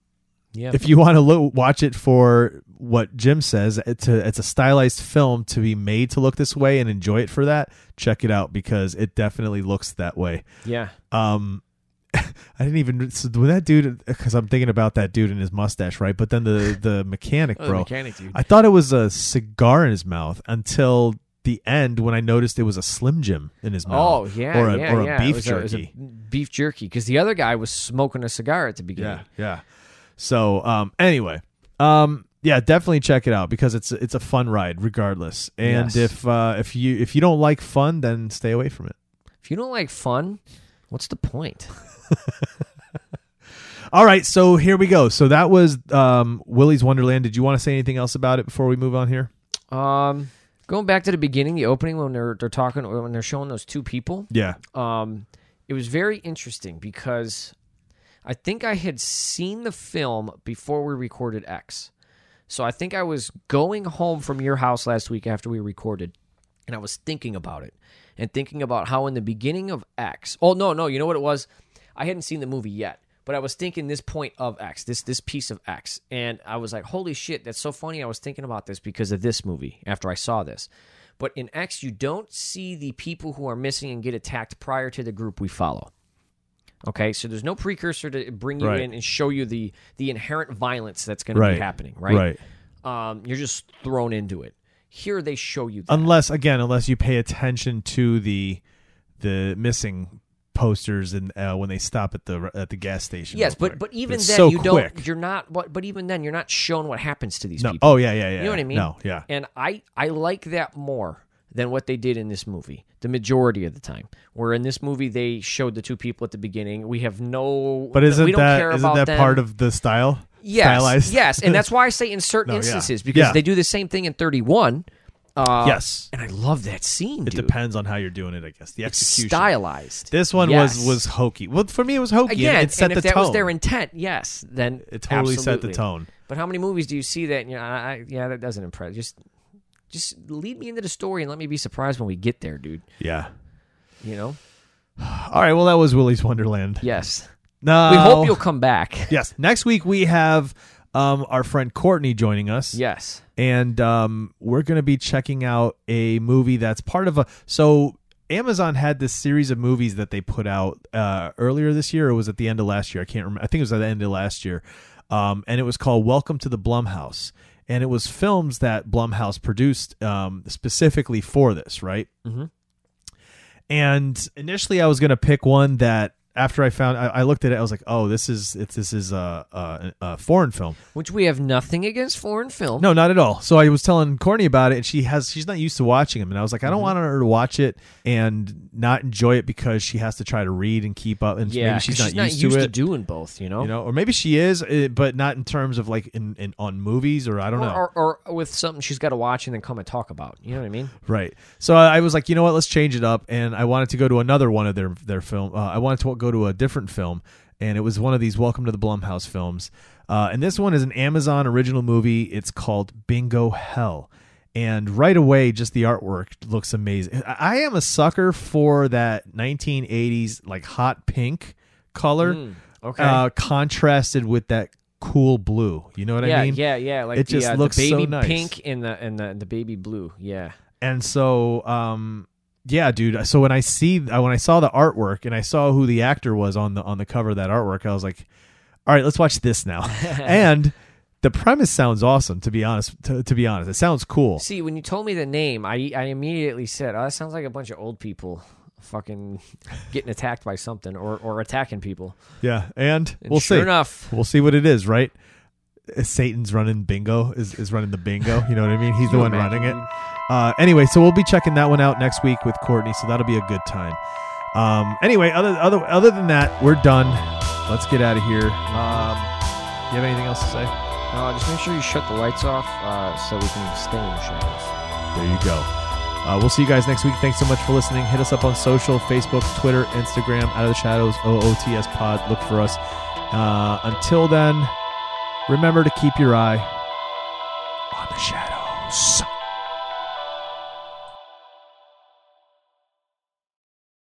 B: yeah.
A: if you want to lo- watch it for what Jim says, it's a, it's a stylized film to be made to look this way and enjoy it for that. Check it out because it definitely looks that way.
B: yeah.
A: Um, I didn't even so when that dude because I'm thinking about that dude and his mustache, right? But then the the mechanic,
B: Oh, the
A: bro,
B: mechanic dude.
A: I thought it was a cigar in his mouth until the end when I noticed it was a Slim Jim in his
B: Oh
A: mouth.
B: yeah,
A: or a,
B: yeah,
A: or a
B: yeah.
A: beef
B: it was it was
A: jerky.
B: beef jerky, because the other guy was smoking a cigar at the beginning.
A: yeah, yeah. So um, anyway, um, yeah, definitely check it out because it's it's a fun ride regardless. And
B: Yes.
A: if uh, if you if you don't like fun, then stay away from it.
B: If you don't like fun, what's the point?
A: All right, so here we go. So that was um, Willy's Wonderland. Did you want to say anything else about it before we move on here?
B: Um, going back to the beginning, the opening when they're they're talking when they're showing those two people.
A: Yeah.
B: um, it was very interesting because I think I had seen the film before we recorded X. So I think I was going home from your house last week after we recorded, and I was thinking about it and thinking about how in the beginning of X. Oh no, no, you know what it was? I hadn't seen the movie yet, but I was thinking this point of X, this this piece of X, and I was like, "Holy shit, that's so funny." I was thinking about this because of this movie after I saw this. But in X, you don't see the people who are missing and get attacked prior to the group we follow. Okay, so there's no precursor to bring you
A: Right.
B: in and show you the the inherent violence that's going to be happening, right?
A: Right.
B: Um, you're just thrown into it. Here they show you that.
A: Unless again, unless you pay attention to the the missing posters and uh, when they stop at the at the gas station.
B: yes,
A: real
B: but
A: quick.
B: but even
A: It's
B: then
A: so
B: you
A: quick.
B: don't. You're not. But but even then you're not shown what happens to these
A: No.
B: people.
A: Oh yeah, yeah, yeah.
B: You know what I mean?
A: No, yeah.
B: And I I like that more than what they did in this movie. The majority of the time, where in this movie they showed the two people at the beginning. We have no.
A: But isn't
B: we don't
A: that
B: care
A: isn't
B: about
A: that
B: them.
A: part of the style?
B: yes
A: Stylized?
B: yes, and that's why I say in certain
A: No, yeah.
B: instances because
A: Yeah.
B: they do the same thing in Thirty One. Uh,
A: yes.
B: and I love that scene.
A: It
B: dude.
A: depends on how you're doing it, I guess. The execution.
B: Stylized.
A: This one
B: Yes.
A: was was hokey. Well, for me, it was hokey. and
B: again.
A: it set
B: and if
A: the
B: that
A: tone.
B: was their intent, yes, then
A: it totally set the
B: absolutely.
A: tone.
B: But how many movies do you see that? You know, I, I- yeah, that doesn't impress. Just, just lead me into the story and let me be surprised when we get there, dude.
A: Yeah.
B: You know?
A: All right. Well, that was Willy's Wonderland.
B: Yes.
A: No.
B: We hope you'll come back.
A: Yes. Next week we have um, our friend Courtney joining us.
B: Yes.
A: and um, we're going to be checking out a movie that's part of a so amazon had this series of movies that they put out uh, earlier this year or was at the end of last year i can't remember i think it was at the end of last year um, and it was called welcome to the blumhouse and it was films that blumhouse produced um, specifically for this right and initially I was gonna pick one that after I found I, I looked at it I was like oh this is it's this is a, a, a foreign film
B: Which we have nothing against foreign film.
A: no, not at all. So I was telling Courtney about it, and she has she's not used to watching them, and I was like, I don't
B: Mm-hmm.
A: want her to watch it and not enjoy it because she has to try to read and keep up, and
B: Yeah,
A: maybe
B: 'cause
A: she's
B: she's
A: not used,
B: used
A: to, it.
B: doing both. You know.
A: you know, or maybe she is, eh, but not in terms of like in, in on movies or I don't
B: or,
A: know.
B: or, or with something she's got to watch and then come and talk about. You know what I mean?
A: Right. So I I was like, you know what? Let's change it up. And I wanted to go to another one of their their film. Uh, I wanted to go to a different film, and it was one of these Welcome to the Blumhouse films. Uh, and this one is an Amazon original movie. It's called Bingo Hell. And right away, just the artwork looks amazing. I I am a sucker for that 1980s like hot pink color,
B: Mm, okay.
A: uh, contrasted with that cool blue. You know what
B: yeah,
A: I mean?
B: yeah, yeah. Like
A: it
B: the,
A: just
B: uh,
A: looks
B: the
A: so
B: baby
A: nice.
B: pink and the and the, the baby blue. Yeah.
A: and so um yeah dude so when i see uh, when i saw the artwork and i saw who the actor was on the on the cover of that artwork i was like all right let's watch this now and the premise sounds awesome to be honest to, to be honest it sounds cool
B: See, when you told me the name, I I immediately said, "Oh, that sounds like a bunch of old people." Fucking getting attacked by something or, or attacking people.
A: yeah and,
B: And
A: we'll
B: sure
A: see
B: enough,
A: we'll see what it is right Uh, satan's running bingo is, is running the bingo you know what i mean he's the one running it uh, anyway so we'll be checking that one out next week with courtney so that'll be a good time um, anyway other, other other than that we're done let's get out of here um, you have anything else to say
B: uh, just make sure you shut the lights off uh, so we can stay in the shadows.
A: There you go. Uh, we'll see you guys next week. Thanks so much for listening. Hit us up on social Facebook, Twitter, Instagram, Out of the Shadows, OOTS Pod. Look for us. Uh, until then, remember to keep your eye on the shadows.